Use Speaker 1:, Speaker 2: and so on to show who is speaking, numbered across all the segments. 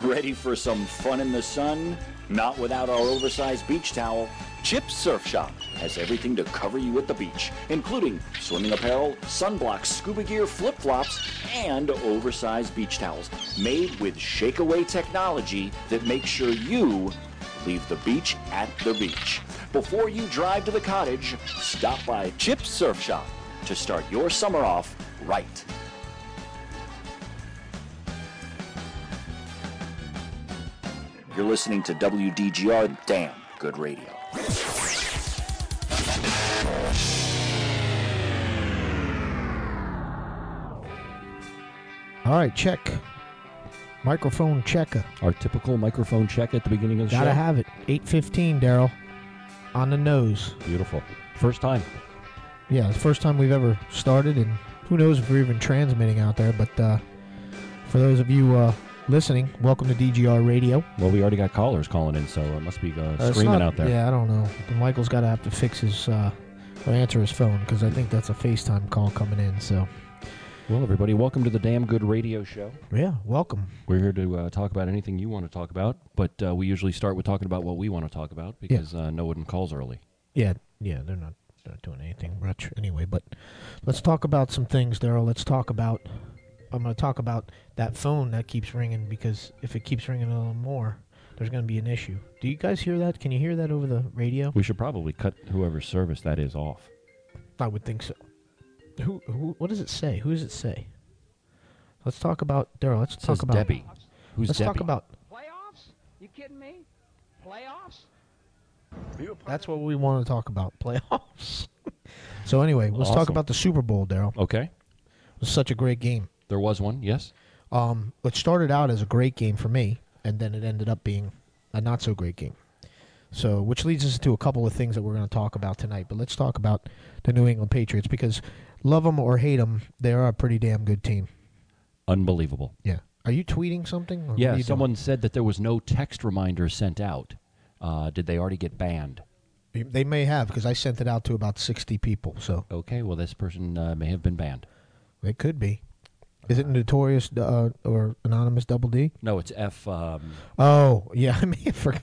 Speaker 1: Ready for some fun in the sun? Not without our oversized beach towel. Chip Surf Shop has everything to cover you at the beach, including swimming apparel, sunblocks, scuba gear, flip flops, and oversized beach towels made with shakeaway technology that makes sure you leave the beach at the beach. Before you drive to the cottage, stop by Chip Surf Shop to start your summer off right. You're listening to WDGR Damn Good Radio.
Speaker 2: All right, check. Microphone checker.
Speaker 3: Our typical microphone check at the beginning of the
Speaker 2: Gotta
Speaker 3: show.
Speaker 2: have it. 815, Daryl. On the nose.
Speaker 3: Beautiful. First time.
Speaker 2: Yeah, it's the first time we've ever started, and who knows if we're even transmitting out there. But uh, for those of you uh, listening, welcome to DGR Radio.
Speaker 3: Well, we already got callers calling in, so it must be uh,
Speaker 2: Uh, it's
Speaker 3: screaming
Speaker 2: not-
Speaker 3: out there.
Speaker 2: Yeah, I don't know. Michael's got to have to fix his uh, or answer his phone because I think that's a FaceTime call coming in. So
Speaker 3: Well, everybody, welcome to the Damn Good Radio Show.
Speaker 2: yeah, welcome.
Speaker 3: We're here to uh, talk about anything you want to talk about, but uh, we usually start with talking about what we want to talk about because uh, no one calls early.
Speaker 2: Yeah, yeah, they're not they're not doing anything much anyway. But let's talk about some things, Daryl. Let's talk about. I'm going to talk about that phone that keeps ringing because if it keeps ringing a little more, there's going to be an issue. Do you guys hear that? Can you hear that over the radio?
Speaker 3: We should probably cut whoever's service that is off.
Speaker 2: I would think so. Who? who what does it say? Who does it say? Let's talk about Daryl. Let's
Speaker 3: It
Speaker 2: talk
Speaker 3: says
Speaker 2: about
Speaker 3: Debbie. Who's
Speaker 2: Let's
Speaker 3: Debbie?
Speaker 2: talk about.
Speaker 4: Playoffs? You kidding me? Playoffs?
Speaker 2: That's what we want to talk about. Playoffs. so anyway, let's talk
Speaker 3: Awesome.
Speaker 2: about the Super Bowl, Daryl.
Speaker 3: Okay.
Speaker 2: It was such a great game.
Speaker 3: There was one, yes?
Speaker 2: um, which started out as a great game for me, and then it ended up being a not so great game. So, which leads us to a couple of things that we're going to talk about tonight. But let's talk about the New England Patriots because, love them or hate them, they are a pretty damn good team.
Speaker 3: Unbelievable.
Speaker 2: Yeah. Are you tweeting something? Or what are
Speaker 3: Yeah,
Speaker 2: you
Speaker 3: someone said that there was no text reminder sent out. Uh, did they already get banned?
Speaker 2: doing? They may have because I sent it out to about sixty people, so
Speaker 3: Okay, well, this person uh, may have been banned.
Speaker 2: it could be. Is it notorious uh, or anonymous double D?
Speaker 3: No, it's F. Um,
Speaker 2: Oh, yeah, I may have forgot.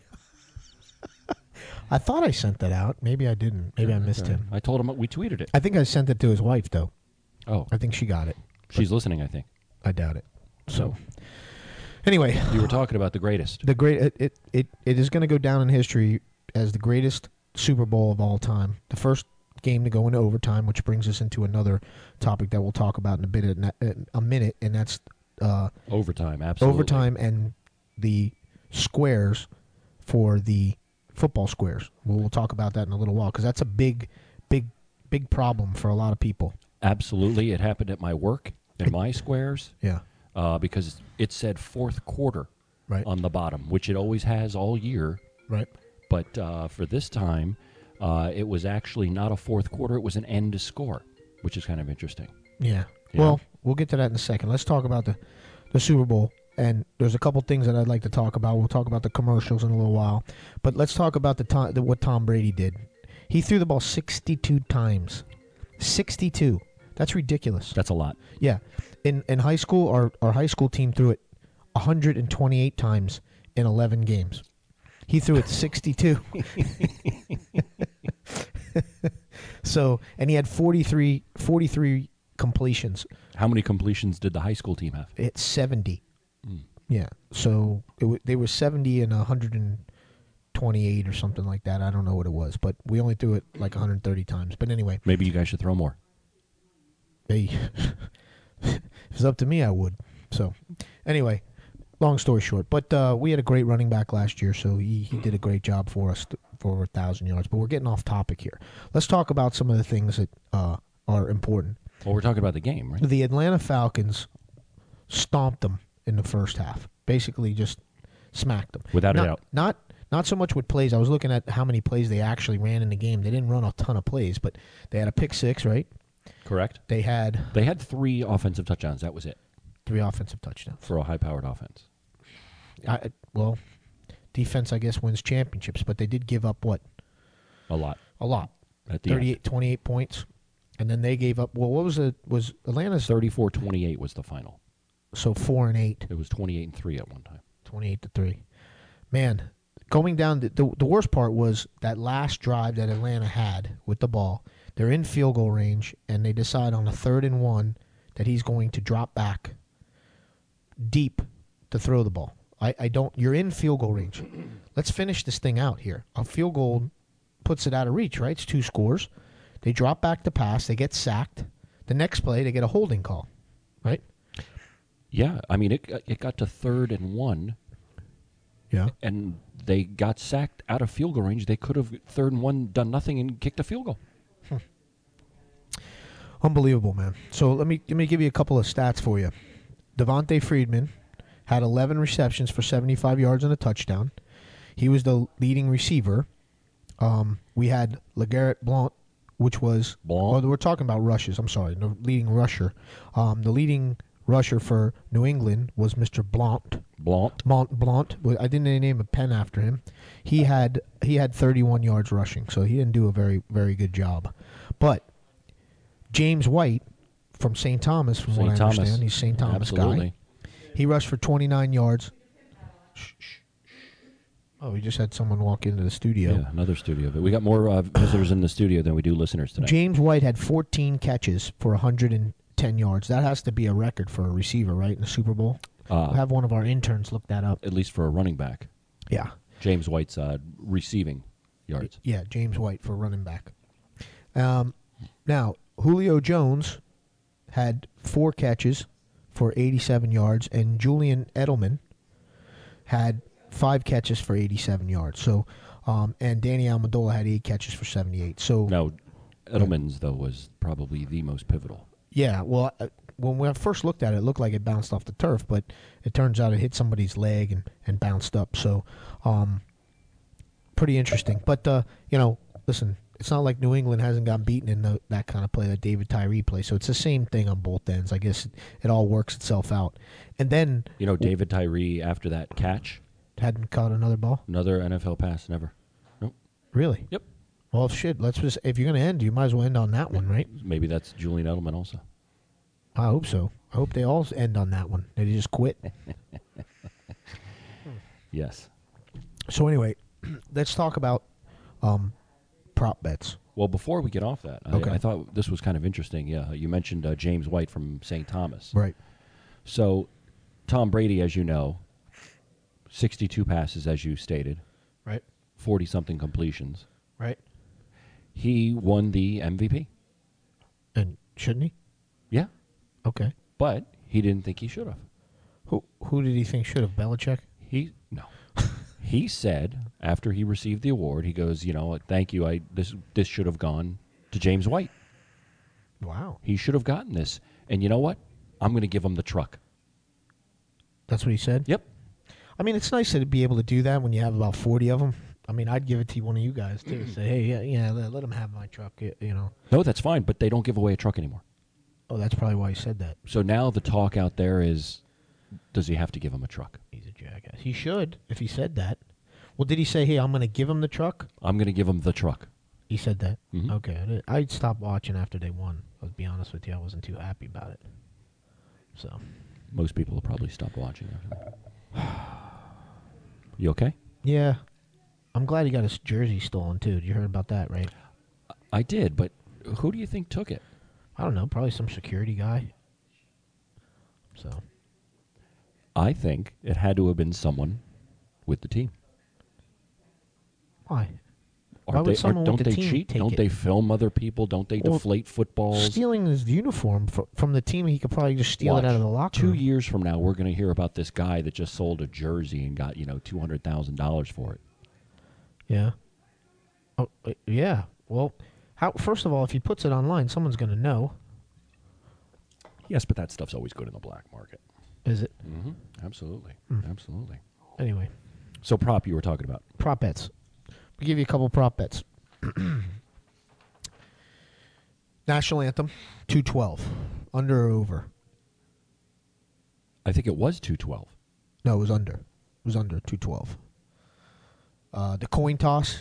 Speaker 2: I thought I sent that out. Maybe I didn't. Maybe I missed him.
Speaker 3: I told him we tweeted it.
Speaker 2: I think I sent it to his wife though.
Speaker 3: Oh,
Speaker 2: I think she got it.
Speaker 3: she's listening, I think.
Speaker 2: I doubt it. So anyway,
Speaker 3: You were talking about the greatest.
Speaker 2: the great it it, it, it is going to go down in history as the greatest Super Bowl of all time. The first game to go into overtime, which brings us into another topic that we'll talk about in a bit in a- in a minute, and that's uh,
Speaker 3: Overtime, absolutely.
Speaker 2: overtime and the squares for the football squares. We'll, we'll talk about that in a little while because that's a big, big, big problem for a lot of people.
Speaker 3: Absolutely. It happened at my work, in my squares,
Speaker 2: Yeah,
Speaker 3: uh, because it said fourth quarter
Speaker 2: Right.
Speaker 3: on the bottom, which it always has all year.
Speaker 2: right.
Speaker 3: But uh, for this time, uh, it was actually not a fourth quarter, it was an end to score, which is kind of interesting.
Speaker 2: Yeah.
Speaker 3: Yeah.
Speaker 2: Well, we'll get to that in a second. Let's talk about the, the Super Bowl. And there's a couple things that I'd like to talk about. We'll talk about the commercials in a little while. But let's talk about the, time, the what Tom Brady did. He threw the ball 62 times. 62. That's ridiculous.
Speaker 3: That's a lot.
Speaker 2: Yeah. In in high school our our high school team threw it 128 times in 11 games. He threw it 62. so, and he had 43 43 completions.
Speaker 3: How many completions did the high school team have? Hmm.
Speaker 2: It's 70.
Speaker 3: Mm.
Speaker 2: Yeah. So, it w- they were 70 and 128 or something like that. I don't know what it was, but we only threw it like 130 times. But anyway,
Speaker 3: Maybe you guys should throw more.
Speaker 2: they if it's up to me I would. So anyway, long story short, but uh, we had a great running back last year, so he, he did a great job for us t- for over a thousand yards. But we're getting off topic here. Let's talk about some of the things that uh, are important.
Speaker 3: Well, we're talking about the game, right?
Speaker 2: The Atlanta Falcons stomped them in the first half. Basically, just smacked them
Speaker 3: Without a
Speaker 2: not,
Speaker 3: doubt.
Speaker 2: Not not so much with plays. I was looking at how many plays they actually ran in the game. They didn't run a ton of plays, but they had a pick six, right?
Speaker 3: Correct.
Speaker 2: They had
Speaker 3: They had three offensive touchdowns. That was it
Speaker 2: three offensive touchdowns.
Speaker 3: for a high powered offense.
Speaker 2: I, well, defense, I guess, wins championships, but they did give up what?
Speaker 3: A lot.
Speaker 2: A lot.
Speaker 3: At the end.
Speaker 2: 38, 28 points. And then they gave up, well, what was it? Was Atlanta's,
Speaker 3: 34 28 was the final.
Speaker 2: so four and eight.
Speaker 3: It was 28 and 3 at one time.
Speaker 2: 28 to 3. Man, going down, the, the, the worst part was that last drive that Atlanta had with the ball. They're in field goal range, and they decide on a third and one that he's going to drop back deep to throw the ball. I, I don't, you're in field goal range. Let's finish this thing out here. A field goal puts it out of reach, right? It's two scores. They drop back to pass, they get sacked. The next play, they get a holding call, right?
Speaker 3: Yeah, I mean, it, it got to third and one,
Speaker 2: Yeah.
Speaker 3: and they got sacked out of field goal range. They could have third and one done nothing and kicked a field goal.
Speaker 2: Unbelievable, man. So let me let me give you a couple of stats for you. Devontae Friedman had 11 receptions for 75 yards and a touchdown. He was the leading receiver. Um, we had LeGarrette Blount, which was
Speaker 3: Blount.
Speaker 2: Oh, we're talking about rushes. I'm sorry, the leading rusher. Um, the leading rusher for New England was Mr. Blount.
Speaker 3: Blount.
Speaker 2: Mont Blount. well, I didn't name a pen after him. He had he had 31 yards rushing, so he didn't do a very very good job. But James White from St. Thomas, from what I
Speaker 3: St. Thomas.
Speaker 2: understand, he's St. Thomas
Speaker 3: Absolutely.
Speaker 2: guy. He rushed for 29 yards. Shh, shh. Oh, we just had someone walk into the studio.
Speaker 3: Yeah, another studio. But we got more uh, visitors in the studio than we do listeners today.
Speaker 2: James White had 14 catches for 110 yards. That has to be a record for a receiver, right? In the Super Bowl.
Speaker 3: Uh,
Speaker 2: We'll have one of our interns look that up.
Speaker 3: At least for a running back.
Speaker 2: Yeah.
Speaker 3: James White's uh, receiving yards.
Speaker 2: Yeah, James White for running back. Um, now Julio Jones had four catches for 87 yards, and Julian Edelman had five catches for 87 yards. So, um, and Danny Almadola had eight catches for 78. So,
Speaker 3: Now, Edelman's, though, was probably the most pivotal.
Speaker 2: yeah, well, uh, when I first looked at it, it looked like it bounced off the turf, but it turns out it hit somebody's leg and, and bounced up. So, um, pretty interesting. But, uh, you know, listen, it's not like New England hasn't gotten beaten in the, that kind of play, that David Tyree play. So it's the same thing on both ends. I guess it all works itself out. And then
Speaker 3: You know, David Tyree, after that catch,
Speaker 2: hadn't caught another ball.
Speaker 3: another NFL pass, never. Nope.
Speaker 2: Really?
Speaker 3: Yep.
Speaker 2: Well, shit, let's just, if you're going to end, you might as well end on that one, right?
Speaker 3: Maybe that's Julian Edelman also.
Speaker 2: I hope so. I hope they all end on that one. They just quit.
Speaker 3: Yes.
Speaker 2: So anyway, let's talk about um, prop bets.
Speaker 3: Well, before we get off that, I,
Speaker 2: Okay.
Speaker 3: I thought this was kind of interesting. Yeah, you mentioned uh, James White from St. Thomas.
Speaker 2: Right.
Speaker 3: So, Tom Brady, as you know, 62 passes, as you stated,
Speaker 2: Right.
Speaker 3: 40 something completions.
Speaker 2: Right.
Speaker 3: He won the MVP.
Speaker 2: And shouldn't he?
Speaker 3: Yeah.
Speaker 2: Okay.
Speaker 3: But he didn't think he should have.
Speaker 2: Who who did he think should have Belichick?
Speaker 3: He, no. he said after he received the award, he goes, you know, thank you. I, this, this should have gone to James White.
Speaker 2: Wow.
Speaker 3: He should have gotten this. And you know what? I'm going to give him the truck.
Speaker 2: That's what he said.
Speaker 3: Yep.
Speaker 2: I mean, it's nice to be able to do that when you have about forty of them. I mean, I'd give it to one of you guys too.
Speaker 3: Mm-hmm.
Speaker 2: Say, hey, yeah, yeah, let, let him have my truck. y- You know.
Speaker 3: No, that's fine, but they don't give away a truck anymore.
Speaker 2: Oh, that's probably why he said that.
Speaker 3: So now the talk out there is does he have to give him a truck?
Speaker 2: He's a jackass. He should if he said that. Well, did he say, hey, I'm going to give him the truck?
Speaker 3: I'm going to give him the truck.
Speaker 2: He said that.
Speaker 3: Mhm.
Speaker 2: Okay. I did- I stopped watching after they won. I'll be honest with you, I wasn't too happy about it. So.
Speaker 3: Most people will probably stop watching after that. You okay?
Speaker 2: Yeah. I'm glad he got his jersey stolen too. You heard about that, right?
Speaker 3: I did, but who do you think took it?
Speaker 2: I don't know, probably some security guy. So,
Speaker 3: I think it had to have been someone with the team.
Speaker 2: why? Why
Speaker 3: Aren't
Speaker 2: would
Speaker 3: they,
Speaker 2: someone with
Speaker 3: aren't- don't
Speaker 2: the
Speaker 3: they
Speaker 2: team
Speaker 3: cheat?
Speaker 2: take
Speaker 3: Don't
Speaker 2: it?
Speaker 3: they film other people? Don't they
Speaker 2: Well,
Speaker 3: deflate footballs?
Speaker 2: Stealing his uniform fr- from the team, he could probably just steal
Speaker 3: Watch.
Speaker 2: it out of the locker
Speaker 3: Two
Speaker 2: room.
Speaker 3: years from now, we're going to hear about this guy that just sold a jersey and got you know two hundred thousand dollars for it.
Speaker 2: Yeah. Oh, uh, yeah. Well, how first of all, if he puts it online, someone's going to know.
Speaker 3: Yes, but that stuff's always good in the black market.
Speaker 2: Is it? Hmm.
Speaker 3: Mm-hmm. Absolutely, absolutely.
Speaker 2: Anyway,
Speaker 3: So prop you were talking about.
Speaker 2: prop bets. We give you a couple prop bets. National anthem, 212. Under or over?
Speaker 3: I think it was two twelve.
Speaker 2: No, it was under. It was under 212. Uh, the coin toss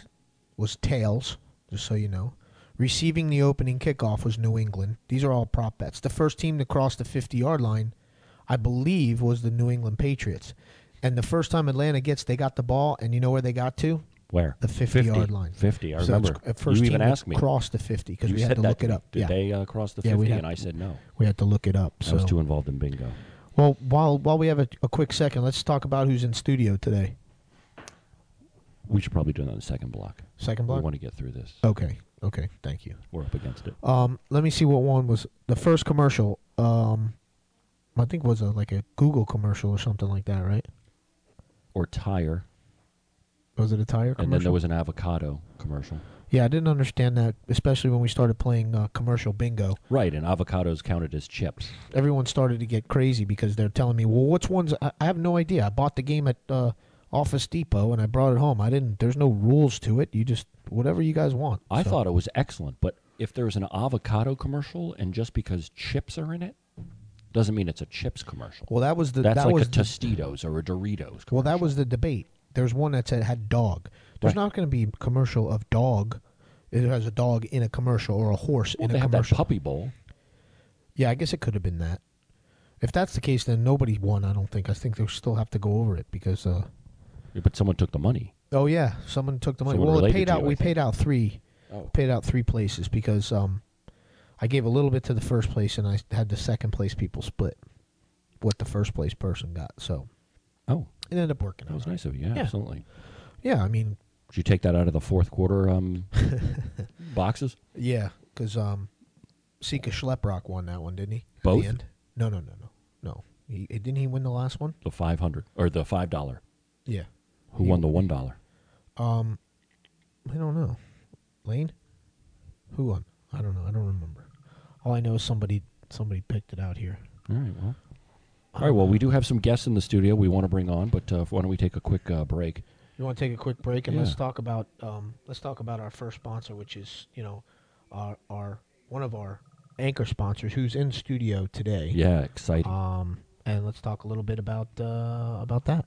Speaker 2: was tails, just so you know. Receiving the opening kickoff was New England. These are all prop bets. The first team to cross the 50 yard line, I believe, was the New England Patriots. And the first time Atlanta gets, they got the ball, and you know where they got to?
Speaker 3: Where
Speaker 2: The 50, yard line.
Speaker 3: 50. I
Speaker 2: So it's-
Speaker 3: remember.
Speaker 2: At first
Speaker 3: you
Speaker 2: team
Speaker 3: even
Speaker 2: that
Speaker 3: asked me.
Speaker 2: Crossed the 50 because
Speaker 3: You
Speaker 2: we had
Speaker 3: said
Speaker 2: to
Speaker 3: that
Speaker 2: look
Speaker 3: to
Speaker 2: it
Speaker 3: me.
Speaker 2: up.
Speaker 3: Did
Speaker 2: yeah.
Speaker 3: they uh, cross the
Speaker 2: Yeah,
Speaker 3: 50?
Speaker 2: we had
Speaker 3: and I
Speaker 2: to-
Speaker 3: said no.
Speaker 2: We had to look it up.
Speaker 3: I
Speaker 2: Oh, So
Speaker 3: was too involved in bingo.
Speaker 2: Well, while while we have a, a quick second, let's talk about who's in studio today.
Speaker 3: We should probably do that in the second block.
Speaker 2: Second block.
Speaker 3: We want to get through this.
Speaker 2: Okay. Okay. Thank you.
Speaker 3: We're up against it.
Speaker 2: Um, let me see what one was. The first commercial, um, I think was a, like a Google commercial or something like that, right?
Speaker 3: Or tire.
Speaker 2: Was it a tire commercial?
Speaker 3: And then there was an avocado commercial.
Speaker 2: yeah, I didn't understand that, especially when we started playing uh, commercial bingo.
Speaker 3: Right, and avocados counted as chips.
Speaker 2: Everyone started to get crazy because they're telling me, "Well, what's ones?" I, I have no idea. I bought the game at uh, Office Depot and I brought it home. I didn't. There's no rules to it. You just whatever you guys want.
Speaker 3: I
Speaker 2: So-
Speaker 3: thought it was excellent, but if there's an avocado commercial and just because chips are in it, doesn't mean it's a chips commercial.
Speaker 2: Well, that was the
Speaker 3: That's
Speaker 2: that
Speaker 3: like
Speaker 2: was
Speaker 3: a
Speaker 2: the-
Speaker 3: Tostitos or a Doritos. Commercial.
Speaker 2: Well, that was the debate. There's one that said had dog. There's
Speaker 3: Right.
Speaker 2: not going to be a commercial of dog. It has a dog in a commercial or a horse
Speaker 3: Well,
Speaker 2: in
Speaker 3: they
Speaker 2: a
Speaker 3: have that
Speaker 2: commercial.
Speaker 3: puppy bowl.
Speaker 2: yeah, I guess it could have been that. If that's the case, then nobody won. I don't think. I think they'll still have to go over it because. Uh,
Speaker 3: Yeah, But someone took the money.
Speaker 2: oh yeah, someone took the money.
Speaker 3: Someone
Speaker 2: well, it
Speaker 3: related
Speaker 2: paid
Speaker 3: to
Speaker 2: out.
Speaker 3: you, I
Speaker 2: we
Speaker 3: think.
Speaker 2: paid out three.
Speaker 3: Oh.
Speaker 2: Paid out three places because um, I gave a little bit to the first place and I had the second place people split what the first place person got. So
Speaker 3: Oh,
Speaker 2: it ended up working.
Speaker 3: that was
Speaker 2: out.
Speaker 3: nice of you. Yeah,
Speaker 2: Yeah.
Speaker 3: absolutely.
Speaker 2: Yeah, I mean,
Speaker 3: Did you take that out of the fourth quarter um, boxes?
Speaker 2: Yeah, because um, Sika Schleprock won that one, didn't he? At the
Speaker 3: Both?
Speaker 2: end? No, no, no, no, no. He, eh, didn't he win the last one?
Speaker 3: The five hundred or the five dollar.
Speaker 2: Yeah.
Speaker 3: Who won the one dollar?
Speaker 2: Um, I don't know. Lane, who won? I don't know. I don't remember. All I know is somebody somebody picked it out here.
Speaker 3: All right. Well. All right. Well, we do have some guests in the studio we want to bring on, but uh, why don't we take a quick uh, break?
Speaker 2: You want to take a quick break and let's
Speaker 3: Yeah.
Speaker 2: talk about um, let's talk about our first sponsor, which is you know our our one of our anchor sponsors who's in studio today.
Speaker 3: Yeah, exciting.
Speaker 2: Um, and let's talk a little bit about uh, about that.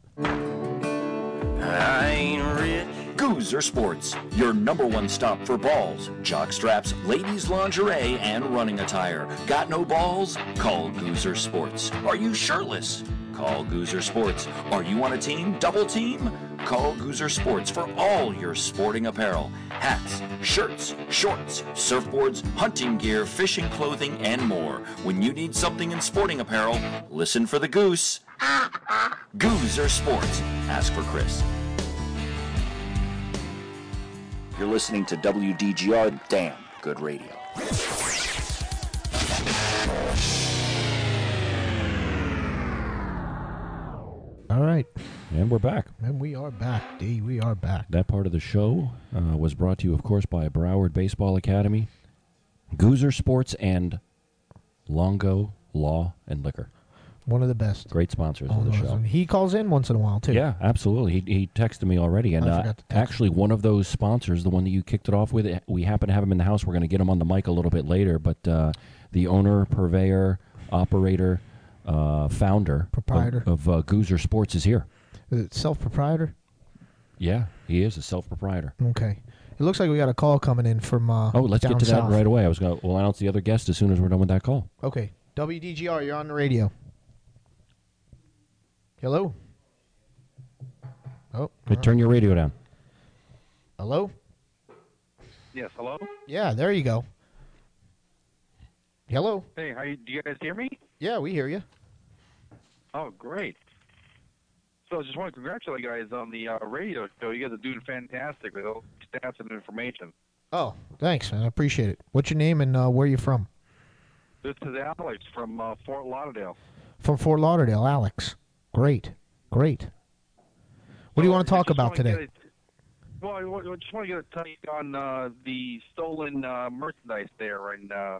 Speaker 5: I ain't rich.
Speaker 1: Goozer Sports, your number one stop for balls, jock straps, ladies' lingerie, and running attire. Got no balls? Call Goozer Sports. Are you shirtless? Call Goozer Sports. Are you on a team? Double team? Call Goozer Sports for all your sporting apparel hats, shirts, shorts, surfboards, hunting gear, fishing clothing, and more. When you need something in sporting apparel, listen for the goose. Goozer Sports. Ask for Chris. You're listening to WDGR. Damn, good radio.
Speaker 2: All right.
Speaker 3: And we're back.
Speaker 2: And we are back, D. We are back.
Speaker 3: That part of the show uh, was brought to you, of course, by Broward Baseball Academy, Goozer Sports, and Longo Law and Liquor.
Speaker 2: One of the best.
Speaker 3: Great sponsors
Speaker 2: Oh,
Speaker 3: of the
Speaker 2: no,
Speaker 3: show.
Speaker 2: He calls in once in a while too.
Speaker 3: Yeah, absolutely. He, he texted me already, and
Speaker 2: I
Speaker 3: uh,
Speaker 2: forgot to text.
Speaker 3: actually, one of those sponsors, the one that you kicked it off with, eh, we happen to have him in the house. We're going to get him on the mic a little bit later, but uh, the owner, purveyor, operator, uh, founder,
Speaker 2: Proprietor.
Speaker 3: of, of uh, Goozer Sports is here.
Speaker 2: Is it self proprietor?
Speaker 3: Yeah, he is a self proprietor.
Speaker 2: Okay. It looks like we got a call coming in from. Uh,
Speaker 3: Oh, let's
Speaker 2: down
Speaker 3: get to
Speaker 2: south.
Speaker 3: that right away. I was going. to We'll announce the other guest as soon as we're done with that call.
Speaker 2: Okay. WDGR, you're on the radio. Hello. Oh,
Speaker 3: Hey, turn your radio down.
Speaker 2: hello.
Speaker 6: Yes, hello?
Speaker 2: Yeah, there you go. Hello.
Speaker 6: Hey, how you, do you guys hear me?
Speaker 2: Yeah, we hear you.
Speaker 6: Oh, great. So I just want to congratulate you guys on the uh, radio show. You guys are doing fantastic with all the stats and information.
Speaker 2: Oh, thanks, man. I appreciate it. What's your name and uh, where you from?
Speaker 6: This is Alex from uh, Fort Lauderdale.
Speaker 2: From Fort Lauderdale, Alex. Great, great. What do you
Speaker 6: So
Speaker 2: want to
Speaker 6: I
Speaker 2: talk
Speaker 6: just
Speaker 2: about
Speaker 6: wanna
Speaker 2: today?
Speaker 6: get a- well, I wa- I just want to get a take on uh, the stolen uh, merchandise there in, uh,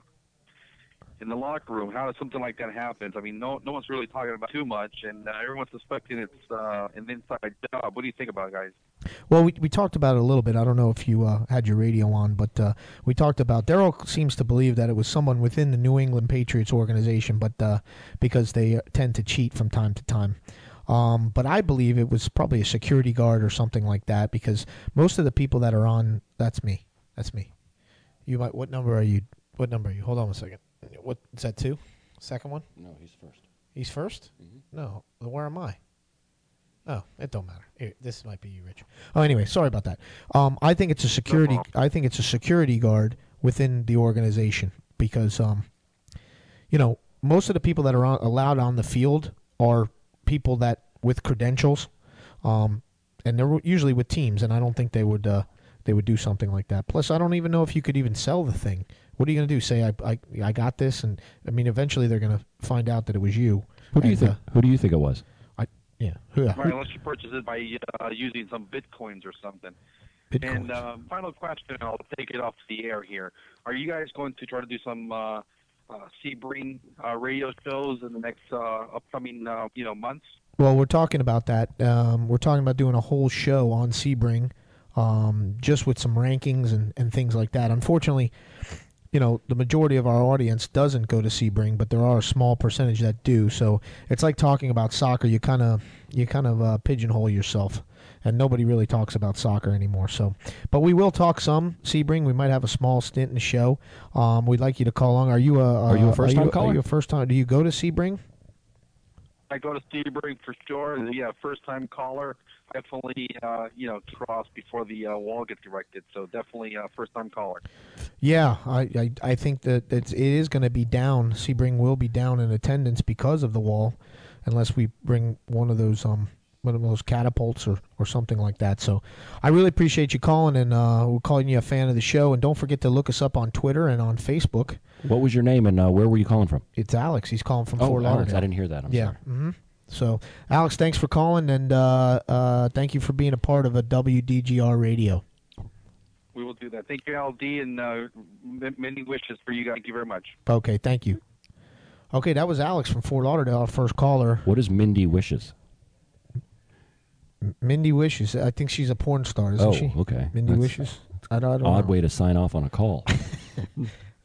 Speaker 6: in the locker room. How does something like that happens? I mean, no, no one's really talking about it too much, and uh, everyone's suspecting it's uh, an inside job. What do you think about it, guys?
Speaker 2: Well, we, we talked about it a little bit. I don't know if you uh, had your radio on, but uh, we talked about Daryl seems to believe that it was someone within the New England Patriots organization, but uh, because they tend to cheat from time to time. Um, but I believe it was probably a security guard or something like that because most of the people that are on that's me. That's me. You might. What number are you? What number are you? Hold on one second. What is that? Two? Second one?
Speaker 3: No, he's first.
Speaker 2: He's 1st No. Where am I? Oh, it don't matter. Here, this might be you, Rich. Oh, anyway, sorry about that. Um, I think it's a security. I think it's a security guard within the organization because, um, you know, most of the people that are on, allowed on the field are people that with credentials, um, and they're usually with teams. And I don't think they would uh, they would do something like that. Plus, I don't even know if you could even sell the thing. What are you going to do? Say I, I I got this, and I mean, eventually they're going to find out that it was you.
Speaker 3: Who do you
Speaker 2: and,
Speaker 3: think?
Speaker 2: uh,
Speaker 3: Who do you think it was?
Speaker 2: I yeah. Who-
Speaker 6: Right, unless you purchase it by uh, using some bitcoins or something. And
Speaker 2: Bitcoins.
Speaker 6: uh, final question, I'll take it off the air here. Are you guys going to try to do some uh, uh, Sebring uh, radio shows in the next uh, upcoming uh, you know months?
Speaker 2: Well, we're talking about that. Um, we're talking about doing a whole show on Sebring, um, just with some rankings and, and things like that. Unfortunately, you know, the majority of our audience doesn't go to Sebring, but there are a small percentage that do. So it's like talking about soccer. You kind of you kind of uh, pigeonhole yourself, and nobody really talks about soccer anymore. So, but we will talk some Sebring. We might have a small stint in the show. Um, we'd like you to call along. Are you a
Speaker 3: Are you a
Speaker 2: uh,
Speaker 3: first-time
Speaker 2: Are
Speaker 3: caller?
Speaker 2: you a first time? Do you go to Sebring?
Speaker 6: I go to Sebring for sure. and, Yeah, first time caller. Definitely, uh, you know, cross before the uh, wall gets erected. So definitely, uh, first time caller.
Speaker 2: Yeah, I, I, I think that it's, it is going to be down. Sebring will be down in attendance because of the wall, unless we bring one of those um one of those catapults or, or something like that. So I really appreciate you calling, and uh, we're calling you a fan of the show. And don't forget to look us up on Twitter and on Facebook.
Speaker 3: What was your name and uh, where were you calling from?
Speaker 2: It's Alex. He's calling from
Speaker 3: Oh,
Speaker 2: Fort
Speaker 3: Alex,
Speaker 2: Lauderdale.
Speaker 3: I didn't hear that. I'm
Speaker 2: yeah.
Speaker 3: sorry.
Speaker 2: hmm So Alex, thanks for calling, and uh, uh, thank you for being a part of a WDGR radio.
Speaker 6: We will do that. Thank you, LD, and uh, m- many wishes for you guys. Thank you very much.
Speaker 2: Okay, thank you. Okay, that was Alex from Fort Lauderdale, our first caller.
Speaker 3: What is Mindy wishes?
Speaker 2: Mindy Wishes. I think she's a porn star, isn't
Speaker 3: Oh,
Speaker 2: she?
Speaker 3: okay.
Speaker 2: Mindy
Speaker 3: That's
Speaker 2: Wishes. I don't, I don't
Speaker 3: Odd
Speaker 2: know.
Speaker 3: way to sign off on a call.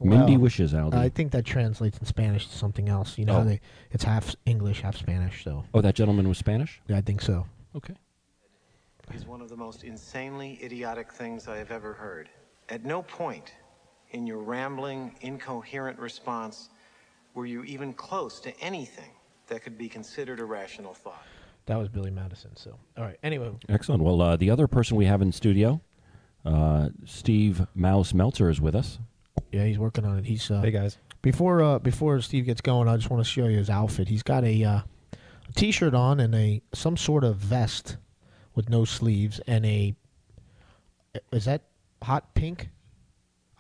Speaker 3: Mindy
Speaker 2: Well,
Speaker 3: wishes, Aldi.
Speaker 2: I think that translates in Spanish to something else. You know,
Speaker 3: Oh.
Speaker 2: how they, it's half English, half Spanish. So
Speaker 3: oh, that gentleman was Spanish.
Speaker 2: yeah, I think so.
Speaker 3: Okay.
Speaker 5: is one of the most insanely idiotic things I have ever heard. At no point in your rambling, incoherent response were you even close to anything that could be considered a rational thought.
Speaker 2: That was Billy Madison. So all right. Anyway,
Speaker 3: Excellent. Well, uh, the other person we have in studio, uh, Steve Mouse Meltzer, is with us.
Speaker 2: yeah, he's working on it. He's uh,
Speaker 7: Hey guys.
Speaker 2: Before uh, before Steve gets going, I just want to show you his outfit. He's got a, uh, a t-shirt on and a some sort of vest with no sleeves and a is that hot pink?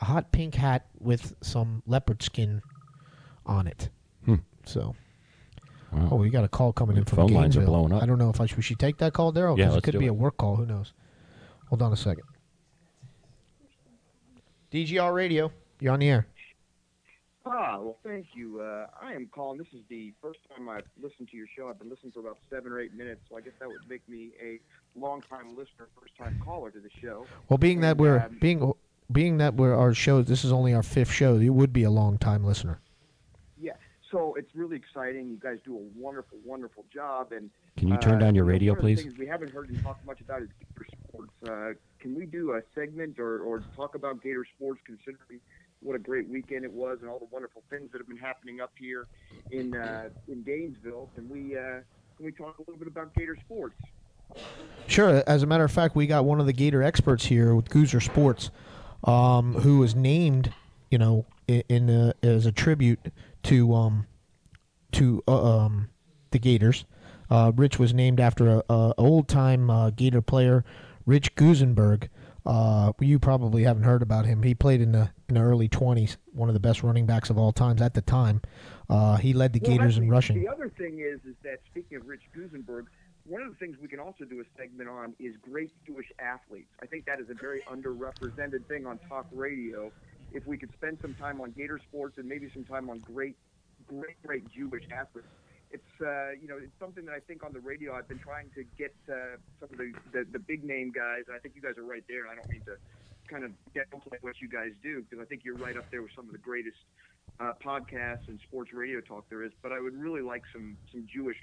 Speaker 2: A hot pink hat with some leopard skin on it. So.
Speaker 3: Hmm. Wow.
Speaker 2: Oh, we got a call coming in from
Speaker 3: Phone
Speaker 2: Gainesville.
Speaker 3: lines are blowing up.
Speaker 2: I don't know if I should, we should take that call, Daryl. because
Speaker 3: Yeah,
Speaker 2: it
Speaker 3: let's
Speaker 2: could
Speaker 3: do
Speaker 2: be
Speaker 3: it.
Speaker 2: a work call. Who knows? Hold on a second. DGR Radio, you're on the air.
Speaker 8: Ah, well, thank you. Uh, I am calling. This is the first time I've listened to your show. I've been listening for about seven or eight minutes, so I guess that would make me a long-time listener, first-time caller to the show.
Speaker 2: Well, being that
Speaker 8: And,
Speaker 2: we're
Speaker 8: um,
Speaker 2: being being that we're our show, this is only our fifth show. You would be a long time listener.
Speaker 8: yeah, so it's really exciting. You guys do a wonderful, wonderful job. And
Speaker 3: Can you turn
Speaker 8: uh,
Speaker 3: down your
Speaker 8: know,
Speaker 3: radio,
Speaker 8: one of the
Speaker 3: please?
Speaker 8: things we haven't heard you talk much about is Gator sports. Uh, can we do a segment or, or talk about Gator sports, considering what a great weekend it was and all the wonderful things that have been happening up here in uh, in Gainesville? Can we uh, can we talk a little bit about Gator sports?
Speaker 2: Sure. As a matter of fact, we got one of the Gator experts here with Goozer Sports, um, who was named, you know, i- in the, as a tribute to um, to uh, um, the Gators. Uh, Rich was named after a, a old time uh, Gator player, Rich Gusenberg. Uh, you probably haven't heard about him. He played in the in the early twenties, one of the best running backs of all times at the time. Uh, he led the
Speaker 8: Well,
Speaker 2: Gators
Speaker 8: that's
Speaker 2: in
Speaker 8: the-
Speaker 2: rushing.
Speaker 8: The other thing is, is that speaking of Rich Gusenberg, one of the things we can also do a segment on is great Jewish athletes. I think that is a very underrepresented thing on talk radio. If we could spend some time on Gator sports and maybe some time on great, great, great Jewish athletes. It's uh, you know it's something that I think on the radio I've been trying to get uh, some of the, the the big name guys. I think you guys are right there. I don't mean to kind of downplay what you guys do because I think you're right up there with some of the greatest uh, podcasts and sports radio talk there is. But I would really like some some Jewish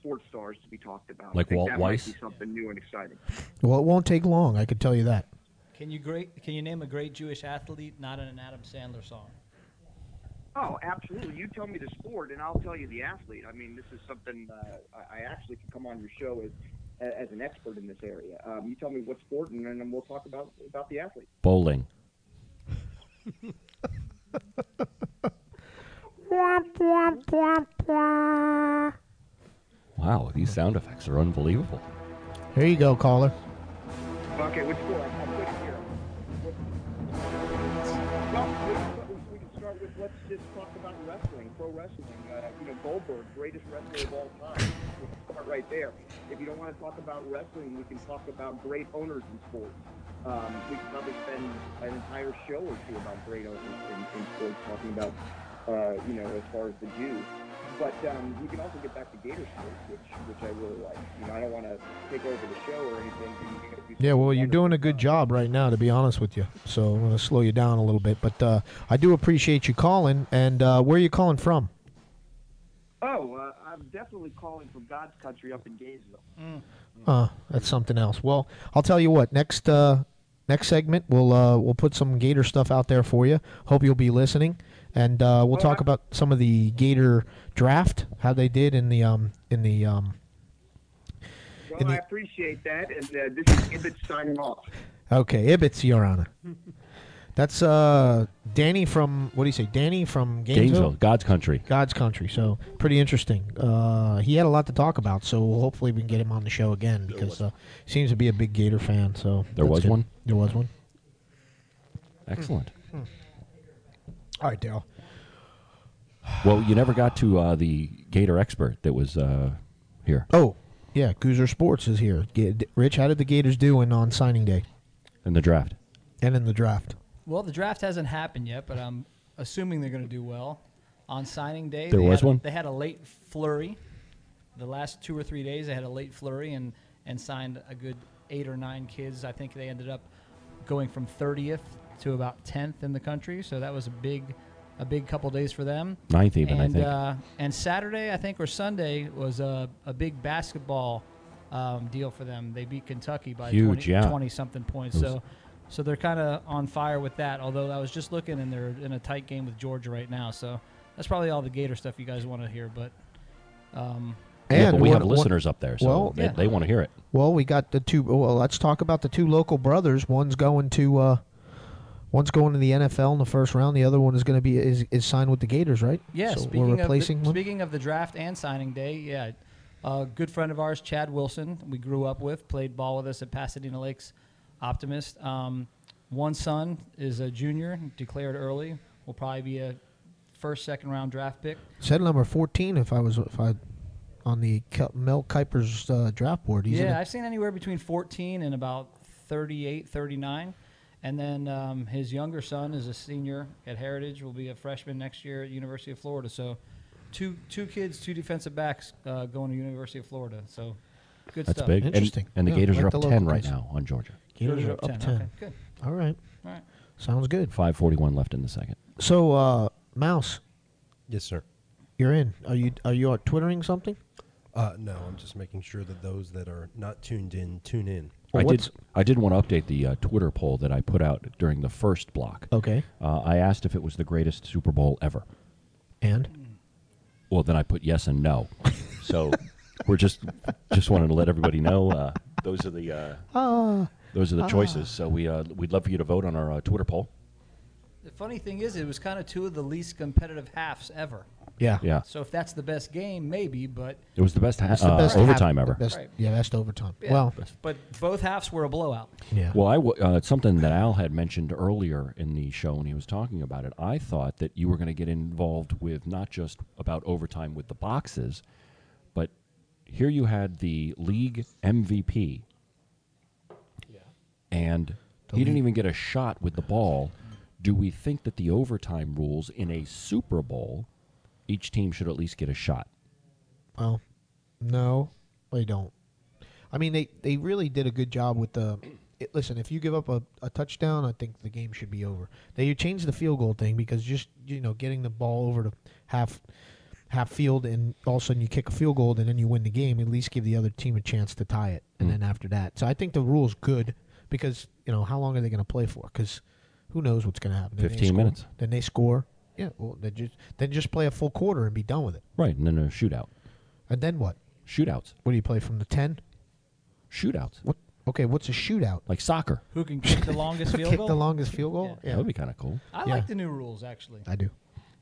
Speaker 8: sports stars to be talked about.
Speaker 3: Like
Speaker 8: I think
Speaker 3: Walt
Speaker 8: that
Speaker 3: Weiss?
Speaker 8: might be something new and exciting.
Speaker 2: Well, it won't take long. I can tell you that.
Speaker 9: Can you great? Can you name a great Jewish athlete not in an Adam Sandler song?
Speaker 8: Oh, absolutely. You tell me the sport, and I'll tell you the athlete. I mean, this is something uh, I I actually can come on your show as as an expert in this area. Um, you tell me what sport, and then we'll talk about about the athlete.
Speaker 3: Bowling. Wow, these sound effects are unbelievable.
Speaker 2: Here you go, caller.
Speaker 8: Okay, which sport? I couldn't hear. Well, we- we can start with let's just talk about wrestling, pro wrestling. Uh, you know, Goldberg, greatest wrestler of all time. We can start right there. If you don't want to talk about wrestling, we can talk about great owners in sports. Um, we could probably spend an entire show or two about great owners in, in sports, talking about, uh, you know, as far as the Jews. But um, you can also get back to Gator Sports, which which I really like. You know, I don't want to take over the show or anything. but you-
Speaker 2: Yeah, well, you're doing a good job right now, to be honest with you. So I'm going to slow you down a little bit, but uh, I do appreciate you calling. And uh, where are you calling from?
Speaker 8: Oh, uh, I'm definitely calling from God's country up in Gainesville.
Speaker 2: Uh, that's something else. Well, I'll tell you what. Next, uh, next segment, we'll uh, we'll put some Gator stuff out there for you. Hope you'll be listening, and uh, we'll talk about some of the Gator draft, how they did in the um in the um.
Speaker 8: Well,
Speaker 2: And
Speaker 8: I
Speaker 2: he-
Speaker 8: appreciate that, and uh, this is Ibbett signing off.
Speaker 2: Okay, Ibbets, Your Honor. That's uh Danny from what do you say? Danny from
Speaker 3: Gainesville, God's country.
Speaker 2: God's country. So pretty interesting. Uh, he had a lot to talk about. So hopefully we can get him on the show again because uh, he seems to be a big Gator fan. So
Speaker 3: There
Speaker 2: that's
Speaker 3: was
Speaker 2: good.
Speaker 3: one?
Speaker 2: There was one.
Speaker 3: Excellent.
Speaker 2: All right, Daryl.
Speaker 3: Well, you never got to uh, the Gator expert that was uh, here,
Speaker 2: Oh, yeah. Goozer Sports is here. Ga- Rich, how did the Gators do in on signing day
Speaker 3: in the draft.
Speaker 2: and in the draft?
Speaker 7: Well, the draft hasn't happened yet, but I'm assuming they're going to do well. On signing day,
Speaker 3: There
Speaker 7: they
Speaker 3: was
Speaker 7: had a-
Speaker 3: one?
Speaker 7: They had a late flurry. The last two or three days, they had a late flurry and and signed a good eight or nine kids. I think they ended up going from 30th to about 10th in the country. So that was a big, a big couple days for them.
Speaker 3: Ninth even, I
Speaker 7: and,
Speaker 3: think.
Speaker 7: Uh, and Saturday, I think, or Sunday was a, a big basketball um, deal for them. They beat Kentucky by
Speaker 3: Huge,
Speaker 7: 20,
Speaker 3: yeah.
Speaker 7: 20 something points. So, so they're kind of on fire with that. Although I was just looking, and they're in a tight game with Georgia right now. So that's probably all the Gator stuff you guys want to hear. But um,
Speaker 3: yeah, but we
Speaker 2: one-
Speaker 3: have
Speaker 2: one-
Speaker 3: listeners up there, so
Speaker 2: well,
Speaker 3: they,
Speaker 7: yeah.
Speaker 3: they want to hear it.
Speaker 2: Well, we got the two. Well, let's talk about the two local brothers. One's going to, uh, one's going to the NFL in the first round. The other one is going to be is, is signed with the Gators, right?
Speaker 7: yeah,
Speaker 2: So
Speaker 7: speaking
Speaker 2: we're replacing
Speaker 7: of the,
Speaker 2: one.
Speaker 7: speaking of the draft and signing day, yeah, a good friend of ours, Chad Wilson, we grew up with, played ball with us at Pasadena Lakes Optimist. Um, one son is a junior, declared early. Will probably be a first, second round draft pick.
Speaker 2: Said number fourteen. If I was if I on the Ke- Mel Kiper's uh, draft board, he's in
Speaker 7: yeah,
Speaker 2: it.
Speaker 7: I've seen anywhere between 14 and about 38, 39. And then um, his younger son is a senior at Heritage, will be a freshman next year at University of Florida. So two two kids, two defensive backs uh, going to University of Florida. So good
Speaker 3: That's
Speaker 7: stuff.
Speaker 3: big. And-
Speaker 2: Interesting.
Speaker 3: And, the
Speaker 2: Yeah,
Speaker 3: Gators
Speaker 2: like
Speaker 3: are
Speaker 2: the
Speaker 3: up 10
Speaker 2: local
Speaker 3: right
Speaker 2: guys.
Speaker 3: now on Georgia.
Speaker 2: Gators are up ten.
Speaker 7: Okay, good.
Speaker 2: All right,
Speaker 7: All right.
Speaker 2: sounds good.
Speaker 3: 541 left in the second.
Speaker 2: So, uh, Mouse,
Speaker 9: Yes, sir.
Speaker 2: you're in. Are you are you twittering something?
Speaker 9: Uh, no, I'm just making sure that those that are not tuned in tune in.
Speaker 2: Well,
Speaker 3: I did,
Speaker 2: what's-
Speaker 3: I did want to update the uh, Twitter poll that I put out during the first block.
Speaker 2: Okay,
Speaker 3: Uh, I asked if it was the greatest Super Bowl ever.
Speaker 2: and
Speaker 3: Well, then I put yes and no. So we're just just wanted to let everybody know uh, those are the uh, those are
Speaker 2: Ah.
Speaker 3: the choices. So we uh, we'd love for you to vote on our uh, Twitter poll.
Speaker 7: The funny thing is, it was kind of two of the least competitive halves ever.
Speaker 2: yeah,
Speaker 3: Yeah,
Speaker 7: So if that's the best game, maybe, but
Speaker 3: it was the best, ha-
Speaker 2: It's the
Speaker 3: uh,
Speaker 2: best
Speaker 3: overtime
Speaker 2: half-
Speaker 3: ever.
Speaker 2: Best,
Speaker 7: Right.
Speaker 2: Yeah, best overtime.
Speaker 7: yeah,
Speaker 2: Well,
Speaker 7: but both halves were a blowout.
Speaker 2: yeah.
Speaker 3: Well, I w- uh, it's something that Al had mentioned earlier in the show when he was talking about it. I thought that you were going to get involved with not just about overtime with the boxes, but here you had the league MVP, and he didn't even get a shot with the ball. Do we think that the overtime rules in a Super Bowl, each team should at least get a shot?
Speaker 2: Well, no, they don't. I mean, they, they really did a good job with the. It, listen, if you give up a, a touchdown, I think the game should be over. They changed the field goal thing because just you know getting the ball over to half half field and all of a sudden you kick a field goal and then you win the game. At least give the other team a chance to tie it,
Speaker 3: Mm.
Speaker 2: and then after that. So I think the rule's good because you know how long are they going to play for? Because who knows what's going to happen? Then they
Speaker 3: 15
Speaker 2: score-
Speaker 3: minutes.
Speaker 2: Then they score. Yeah, well, then just then just play a full quarter and be done with it.
Speaker 3: Right, and then a shootout.
Speaker 2: And then what?
Speaker 3: Shootouts.
Speaker 2: What do you play from the ten?
Speaker 3: Shootouts.
Speaker 2: What? Okay, what's a shootout?
Speaker 3: Like soccer.
Speaker 7: Who can kick the longest field
Speaker 2: Kick
Speaker 7: goal?
Speaker 2: the longest field goal.
Speaker 3: That
Speaker 2: Yeah,
Speaker 3: would be kind of cool.
Speaker 7: I
Speaker 2: Yeah.
Speaker 7: like the new rules actually,
Speaker 2: I do.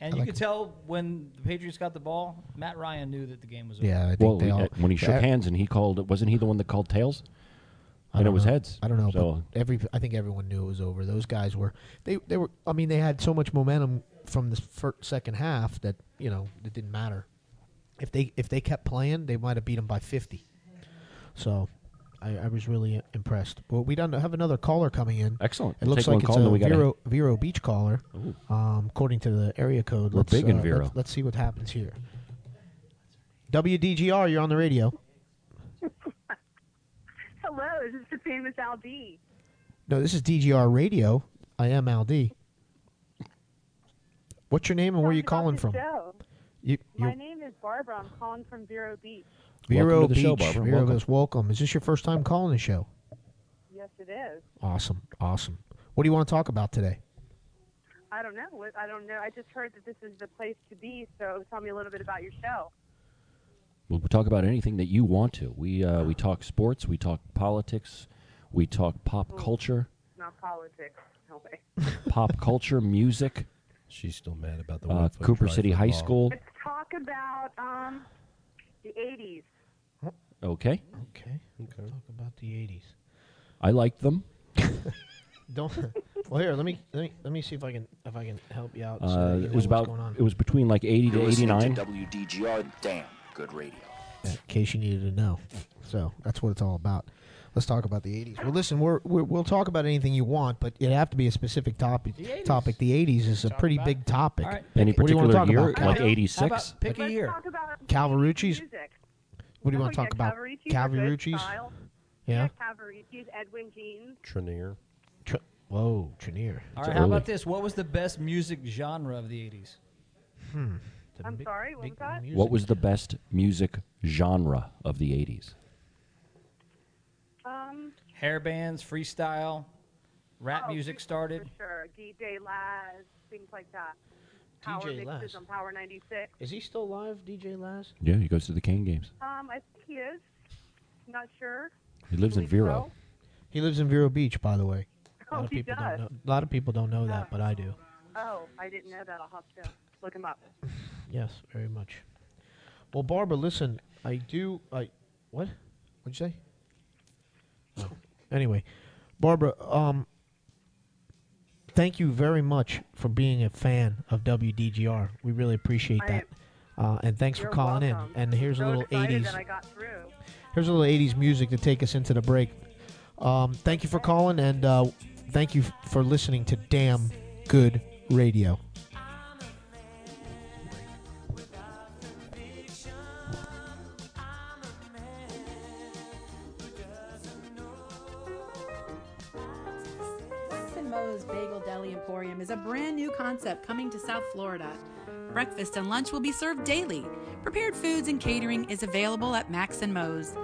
Speaker 7: and
Speaker 2: I
Speaker 7: you
Speaker 2: like
Speaker 7: could
Speaker 2: it.
Speaker 7: tell when the Patriots got the ball, Matt Ryan knew that the game was over.
Speaker 2: Yeah, I think
Speaker 3: Well,
Speaker 2: they
Speaker 3: he-
Speaker 2: all,
Speaker 3: uh, when he shook
Speaker 2: that-
Speaker 3: hands and he called, wasn't he the one that called tails?
Speaker 2: I
Speaker 3: And it
Speaker 2: don't
Speaker 3: was
Speaker 2: know.
Speaker 3: heads.
Speaker 2: Uh-huh. I don't know.
Speaker 3: So
Speaker 2: but every I think everyone knew it was over. Those guys were they they were. I mean, they had so much momentum from the first, second half that you know it didn't matter. If they if they kept playing, they might have beat them by fifty. So, I, I was really impressed. Well, we don't have another caller coming in.
Speaker 3: Excellent.
Speaker 2: It
Speaker 3: We'll
Speaker 2: looks
Speaker 3: take one
Speaker 2: like it's
Speaker 3: call, and
Speaker 2: a
Speaker 3: then we gotta-
Speaker 2: Vero, Vero Beach caller.
Speaker 3: Ooh.
Speaker 2: Um, according to the area code,
Speaker 3: We're
Speaker 2: let's,
Speaker 3: big in
Speaker 2: uh,
Speaker 3: Vero.
Speaker 2: Let's, let's see what happens here. WDGR, you're on the radio.
Speaker 10: Hello, is this the famous Al D?
Speaker 2: No, this is DGR Radio. I am Al D. What's your name and where are you
Speaker 10: Talking about
Speaker 2: calling
Speaker 10: the
Speaker 2: from?
Speaker 10: show.
Speaker 2: You,
Speaker 10: My
Speaker 2: you're
Speaker 10: name is Barbara. I'm calling from Vero Beach.
Speaker 2: Vero
Speaker 3: Welcome to the
Speaker 2: Beach.
Speaker 3: show, Barbara.
Speaker 2: Vero
Speaker 3: Welcome.
Speaker 2: Beach, welcome. Is this your first time calling the show?
Speaker 10: Yes, it is.
Speaker 2: Awesome, awesome. What do you want to talk about today?
Speaker 10: I don't know. What- I don't know. I just heard that this is the place to be, so tell me a little bit about your show.
Speaker 3: we'll talk about anything that you want to. We uh, we talk sports, we talk politics, we talk pop culture,
Speaker 10: Not politics. No way.
Speaker 3: pop culture, music,
Speaker 9: She's still mad about the
Speaker 3: uh,
Speaker 9: one-foot
Speaker 3: Cooper
Speaker 9: drive
Speaker 3: City High
Speaker 9: football.
Speaker 3: School.
Speaker 10: Let's talk about um, the 80s.
Speaker 2: Okay,
Speaker 3: Okay,
Speaker 9: Okay.
Speaker 2: talk about the '80s.
Speaker 3: I liked them.
Speaker 2: Don't. well, here, let me let me let me see if I can if I can help you out. so that you
Speaker 3: Uh, it
Speaker 2: know
Speaker 3: was
Speaker 2: what's
Speaker 3: about
Speaker 2: going on.
Speaker 3: it was between like eighty
Speaker 1: You're
Speaker 3: to eighty
Speaker 1: listening
Speaker 3: nine.
Speaker 1: to WDGR. Damn good radio.
Speaker 2: in case you needed to know. So that's what it's all about. Let's talk about the '80s. Well, listen, we're, we're we'll talk about anything you want, but it have to be a specific topic.
Speaker 7: The 80s.
Speaker 2: topic. The '80s is a
Speaker 7: Talk
Speaker 2: pretty
Speaker 7: about
Speaker 2: big
Speaker 7: it.
Speaker 2: topic.
Speaker 7: All right.
Speaker 3: Any
Speaker 2: What do you
Speaker 3: particular
Speaker 2: wanna talk
Speaker 3: year?
Speaker 2: about?
Speaker 3: Like
Speaker 10: How about-
Speaker 3: eighty
Speaker 7: How
Speaker 3: six.
Speaker 7: about pick a
Speaker 10: Let's
Speaker 7: year?
Speaker 10: talk about
Speaker 2: Calvarucci's?
Speaker 10: music.
Speaker 2: What do you want to
Speaker 10: Oh,
Speaker 2: talk
Speaker 10: yeah,
Speaker 2: about?
Speaker 10: Calvarucci's are good
Speaker 2: Calvarucci's.
Speaker 10: style.
Speaker 2: Yeah.
Speaker 10: Calvarucci's, Edwin Jeans.
Speaker 9: Trenier.
Speaker 2: Tr- Whoa, Trenier.
Speaker 7: All
Speaker 3: It's
Speaker 7: right, how
Speaker 3: early.
Speaker 7: about this? What was the best music genre of the '80s? Hmm.
Speaker 2: The
Speaker 10: I'm
Speaker 2: big-
Speaker 10: sorry, what
Speaker 2: big
Speaker 10: was that?
Speaker 2: music.
Speaker 3: What was the best music genre of the eighties?
Speaker 10: Um,
Speaker 7: Hair bands, freestyle, rap
Speaker 10: oh,
Speaker 7: music
Speaker 10: for
Speaker 7: started.
Speaker 10: sure. DJ Laz, things like that. Power
Speaker 2: DJ
Speaker 10: mixes
Speaker 2: Laz.
Speaker 10: on Power 96.
Speaker 2: Is he still alive, DJ Laz?
Speaker 3: Yeah, he goes to the Kane games.
Speaker 10: Um, I think he is. Not sure.
Speaker 3: He lives in
Speaker 10: Believe
Speaker 3: Vero.
Speaker 2: He lives in Vero Beach, by the way.
Speaker 10: so. Oh, he
Speaker 2: people
Speaker 10: does.
Speaker 2: don't know. A lot of people don't know that, but I do.
Speaker 10: Oh, I didn't know that. I'll have to look him up.
Speaker 2: Yes, very much. Well, Barbara, listen, I do. I what? What'd you say? Oh. Anyway, Barbara, um, thank you very much for being a fan of WDGR. We really appreciate
Speaker 10: I
Speaker 2: that, uh, and thanks for
Speaker 10: You're
Speaker 2: calling
Speaker 10: welcome.
Speaker 2: in. And here's
Speaker 10: so
Speaker 2: a little
Speaker 10: excited
Speaker 2: '80s.
Speaker 10: that I got through.
Speaker 2: Here's a little 80s music to take us into the break. Um, thank you for calling, and uh, thank you f- for listening to Damn Good Radio.
Speaker 11: Weston Moe's Bagel Deli Emporium is a brand new concept coming to South Florida. Breakfast and lunch will be served daily. Prepared foods and catering is available at Max and Moe's.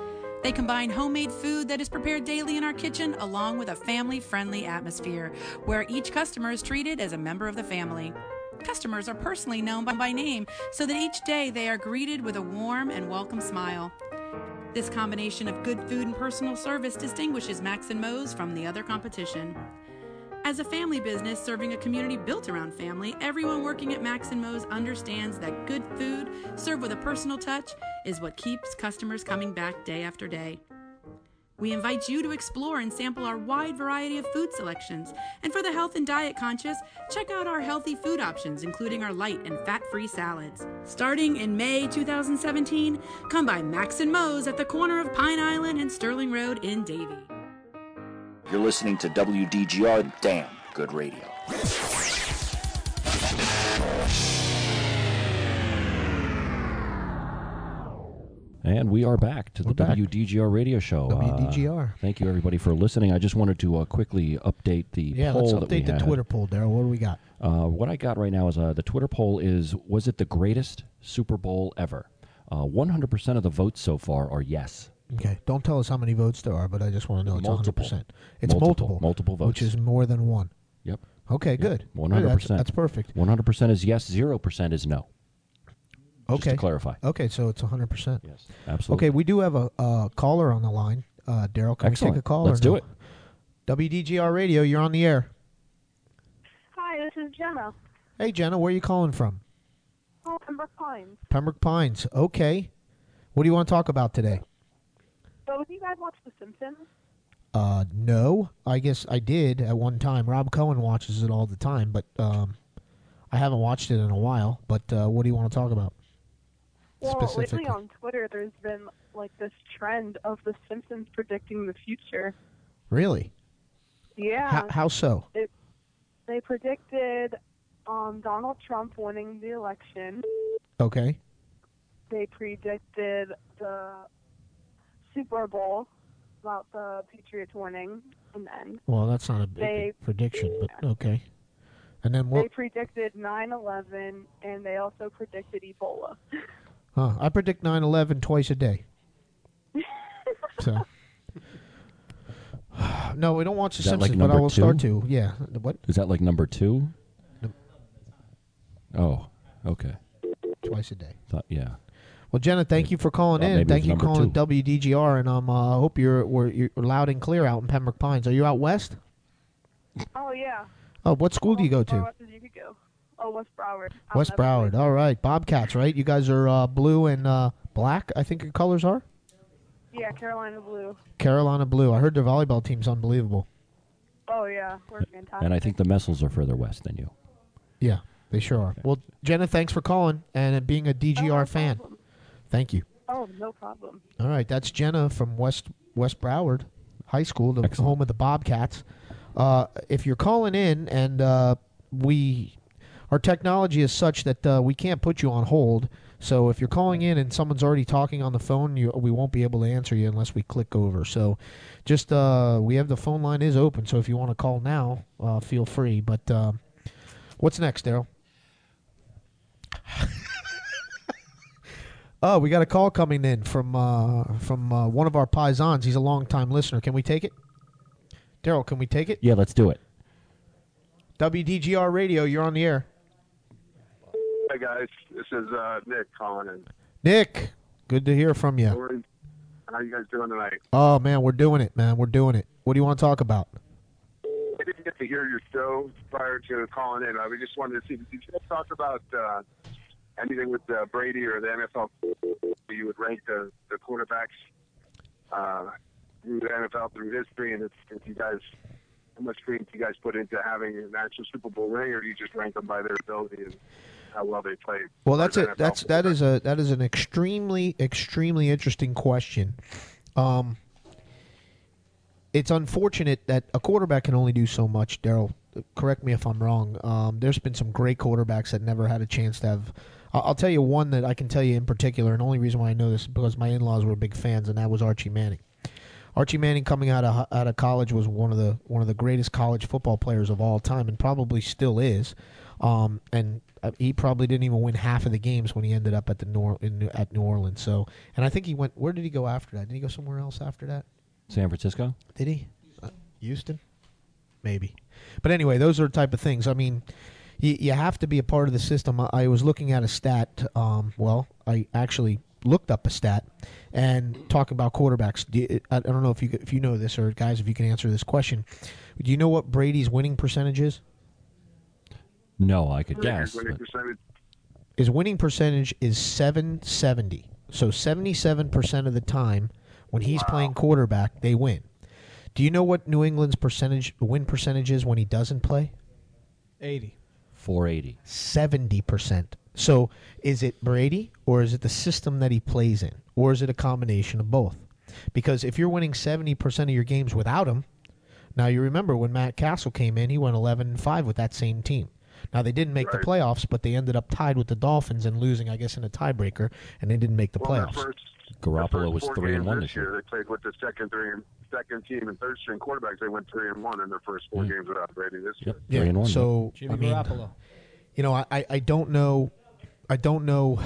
Speaker 11: They combine homemade food that is prepared daily in our kitchen along with a family friendly atmosphere where each customer is treated as a member of the family. Customers are personally known by- by name so that each day they are greeted with a warm and welcome smile. This combination of good food and personal service distinguishes Max and Moe's from the other competition. As a family business serving a community built around family, everyone working at Max and Mo's understands that good food served with a personal touch is what keeps customers coming back day after day. We invite you to explore and sample our wide variety of food selections. And for the health and diet conscious, check out our healthy food options, including our light and fat free salads. Starting in May 2017, come by Max and Mo's at the corner of Pine Island and Sterling Road in Davie.
Speaker 1: You're listening to WDGR. Damn good radio.
Speaker 3: And we are back to the
Speaker 2: We're back.
Speaker 3: WDGR radio show. Uh,
Speaker 2: WDGR.
Speaker 3: thank you everybody for listening. I just wanted to uh, quickly update the
Speaker 2: Yeah,
Speaker 3: poll
Speaker 2: let's
Speaker 3: that we
Speaker 2: update the
Speaker 3: had.
Speaker 2: Twitter poll, Daryl. What do we got?
Speaker 3: Uh, what I got right now is uh, the Twitter poll is was it the greatest Super Bowl ever? Uh, 100% of the votes so far are yes.
Speaker 2: Okay, don't tell us how many votes there are, but I just want to know it's
Speaker 3: Multiple.
Speaker 2: 100%. It's
Speaker 3: Multiple.
Speaker 2: multiple.
Speaker 3: Multiple votes.
Speaker 2: Which is more than one.
Speaker 3: Yep.
Speaker 2: Okay, good.
Speaker 3: One
Speaker 2: Good,
Speaker 3: hundred
Speaker 2: that's-
Speaker 3: percent.
Speaker 2: That's perfect.
Speaker 3: One hundred percent is yes. Zero percent is no.
Speaker 2: Okay.
Speaker 3: Just to clarify.
Speaker 2: Okay, so it's 100%. Yes,
Speaker 3: absolutely.
Speaker 2: Okay, we do have a, uh caller on the line. Uh, Daryl, can we
Speaker 3: Excellent.
Speaker 2: take a call?
Speaker 3: Let's
Speaker 2: or
Speaker 3: do
Speaker 2: no?
Speaker 3: it.
Speaker 2: WDGR Radio, you're on the air.
Speaker 10: Hi, this is Jenna.
Speaker 2: Hey, Jenna, where are you calling from?
Speaker 10: Oh, Pembroke Pines.
Speaker 2: Pembroke Pines. Okay. What do you want to talk about today?
Speaker 10: Both of you guys watch The Simpsons?
Speaker 2: Uh, no, I guess I did at one time. Rob Cohen watches it all the time, but um, I haven't watched it in a while. But uh, what do you want to talk about?
Speaker 10: Well, lately
Speaker 2: Specifically.
Speaker 10: on Twitter, there's been like this trend of The Simpsons predicting the future.
Speaker 2: Really?
Speaker 10: Yeah.
Speaker 2: How- how so?
Speaker 10: It, they predicted um, Donald Trump winning the election.
Speaker 2: Okay.
Speaker 10: They predicted the Super Bowl about the Patriots winning and then
Speaker 2: Well, that's not a big
Speaker 10: They-
Speaker 2: prediction, but okay. And then
Speaker 10: They
Speaker 2: what?
Speaker 10: predicted 9/11 and they also predicted Ebola.
Speaker 2: Huh, I predict 9-11 twice a day. so. No, we don't watch The
Speaker 3: Is that
Speaker 2: Simpsons,
Speaker 3: like
Speaker 2: but I
Speaker 3: number
Speaker 2: will
Speaker 3: two?
Speaker 2: start to. Yeah. What?
Speaker 3: Is that like number two?
Speaker 2: Num-
Speaker 3: Oh, okay.
Speaker 2: Twice a day.
Speaker 3: Thought, yeah.
Speaker 2: Well, Jenna, thank you for calling
Speaker 3: Well, maybe
Speaker 2: in.
Speaker 3: it
Speaker 2: Thank
Speaker 3: was
Speaker 2: you for
Speaker 3: number
Speaker 2: calling WDGR, and um, uh, I hope you're, we're, you're loud and clear out in Pembroke Pines. Are you out west?
Speaker 10: oh yeah.
Speaker 2: Oh, what school do you go
Speaker 10: Far
Speaker 2: to?
Speaker 10: west as you could go. Oh, West Broward. Out
Speaker 2: West
Speaker 10: in
Speaker 2: Broward. All right, Bobcats. Right, you guys are uh, blue and uh, black. I think your colors are
Speaker 10: Ev- Yeah, Carolina Blue.
Speaker 2: Carolina blue. I heard their volleyball team's unbelievable.
Speaker 10: Oh yeah, we're fantastic.
Speaker 3: And I think the Messels are further west than you.
Speaker 2: Yeah, they sure are. Well, Jenna, thanks for calling and uh, being a DGR fan. Thank you.
Speaker 10: Oh, no problem.
Speaker 2: All right, that's Jenna from West West Broward High School, the home of the Bobcats. Uh, if you're calling in, and uh, we, our technology is such that uh, we can't put you on hold. So if you're calling in and someone's already talking on the phone, you, we won't be able to answer you unless we click over. So, just uh, we have the phone line is open. So if you want to call now, uh, feel free. But um what's next, Daryl? Oh, we got a call coming in from uh, from uh, one of our paisans. He's a longtime listener. Can we take it, Daryl? Can we take it?
Speaker 3: Yeah, let's do it.
Speaker 2: WDGR Radio, you're on the air.
Speaker 12: Hey guys, this is uh, Nick calling in.
Speaker 2: Nick, good to hear from
Speaker 12: How
Speaker 2: you.
Speaker 12: are you- How you guys doing tonight?
Speaker 2: Oh man, we're doing it, man. We're doing it. What do you want to talk about?
Speaker 12: I didn't get to hear your show prior to calling in. I was just wanted to see did you guys talk about uh, anything with uh, Brady or the NFL? You would rank the the quarterbacks uh, through the NFL through history, and if, if you guys how much credence you guys put into having an actual Super Bowl ring, or do you just rank them by their ability and how well they played?
Speaker 2: Well, that's
Speaker 12: Or
Speaker 2: it. That's that is a that is an extremely extremely interesting question. Um, it's unfortunate that a quarterback can only do so much. Daryl, correct me if I'm wrong. Um, there's been some great quarterbacks that never had a chance to have. I- I'll tell you one that I can tell you in particular, and the only reason why I know this is because my in-laws were big fans, and that was Archie Manning. Archie Manning coming out of out of college was one of the one of the greatest college football players of all time, and probably still is. Um, and uh, he probably didn't even win half of the games when he ended up at the New, Or- in, New- at New Orleans. So, and I think he went. Where did he go after that? Did he go somewhere else after that?
Speaker 3: San Francisco?
Speaker 2: Did he? Uh, Houston? Maybe. But anyway, those are the type of things. I mean, you, you have to be a part of the system. I, I was looking at a stat. Um, well, I actually looked up a stat and talking about quarterbacks. Do you, I I don't know if you could- if you know this or guys if you can answer this question. Do you know what Brady's winning percentage is?
Speaker 3: No, I could guess.
Speaker 12: Winning
Speaker 3: but-
Speaker 12: percentage.
Speaker 2: His winning percentage is 770. So 77% of the time when he's playing quarterback, they win. Do you know what New England's percentage win percentage is when he doesn't play?
Speaker 7: 80.
Speaker 3: 480.
Speaker 2: 70%. So is it Brady or is it the system that he plays in? Or is it a combination of both? Because if you're winning 70% of your games without him, now you remember when Matt Castle came in, he went 11 and 5 with that same team. Now they didn't make the playoffs, but they ended up tied with the Dolphins and losing, I guess, in a tiebreaker, and they didn't make the
Speaker 12: Well, their
Speaker 2: playoffs.
Speaker 12: first-
Speaker 3: Garoppolo was
Speaker 12: four
Speaker 3: 3 and
Speaker 12: games
Speaker 3: 1 this year.
Speaker 12: They played with the second three and second team and third string quarterbacks. They went three and one in their first
Speaker 2: Mm.
Speaker 12: four games without Brady this year.
Speaker 2: Yeah, So
Speaker 7: Jimmy
Speaker 2: I mean,
Speaker 7: Garoppolo.
Speaker 2: You know, I, I- I don't know, I don't know.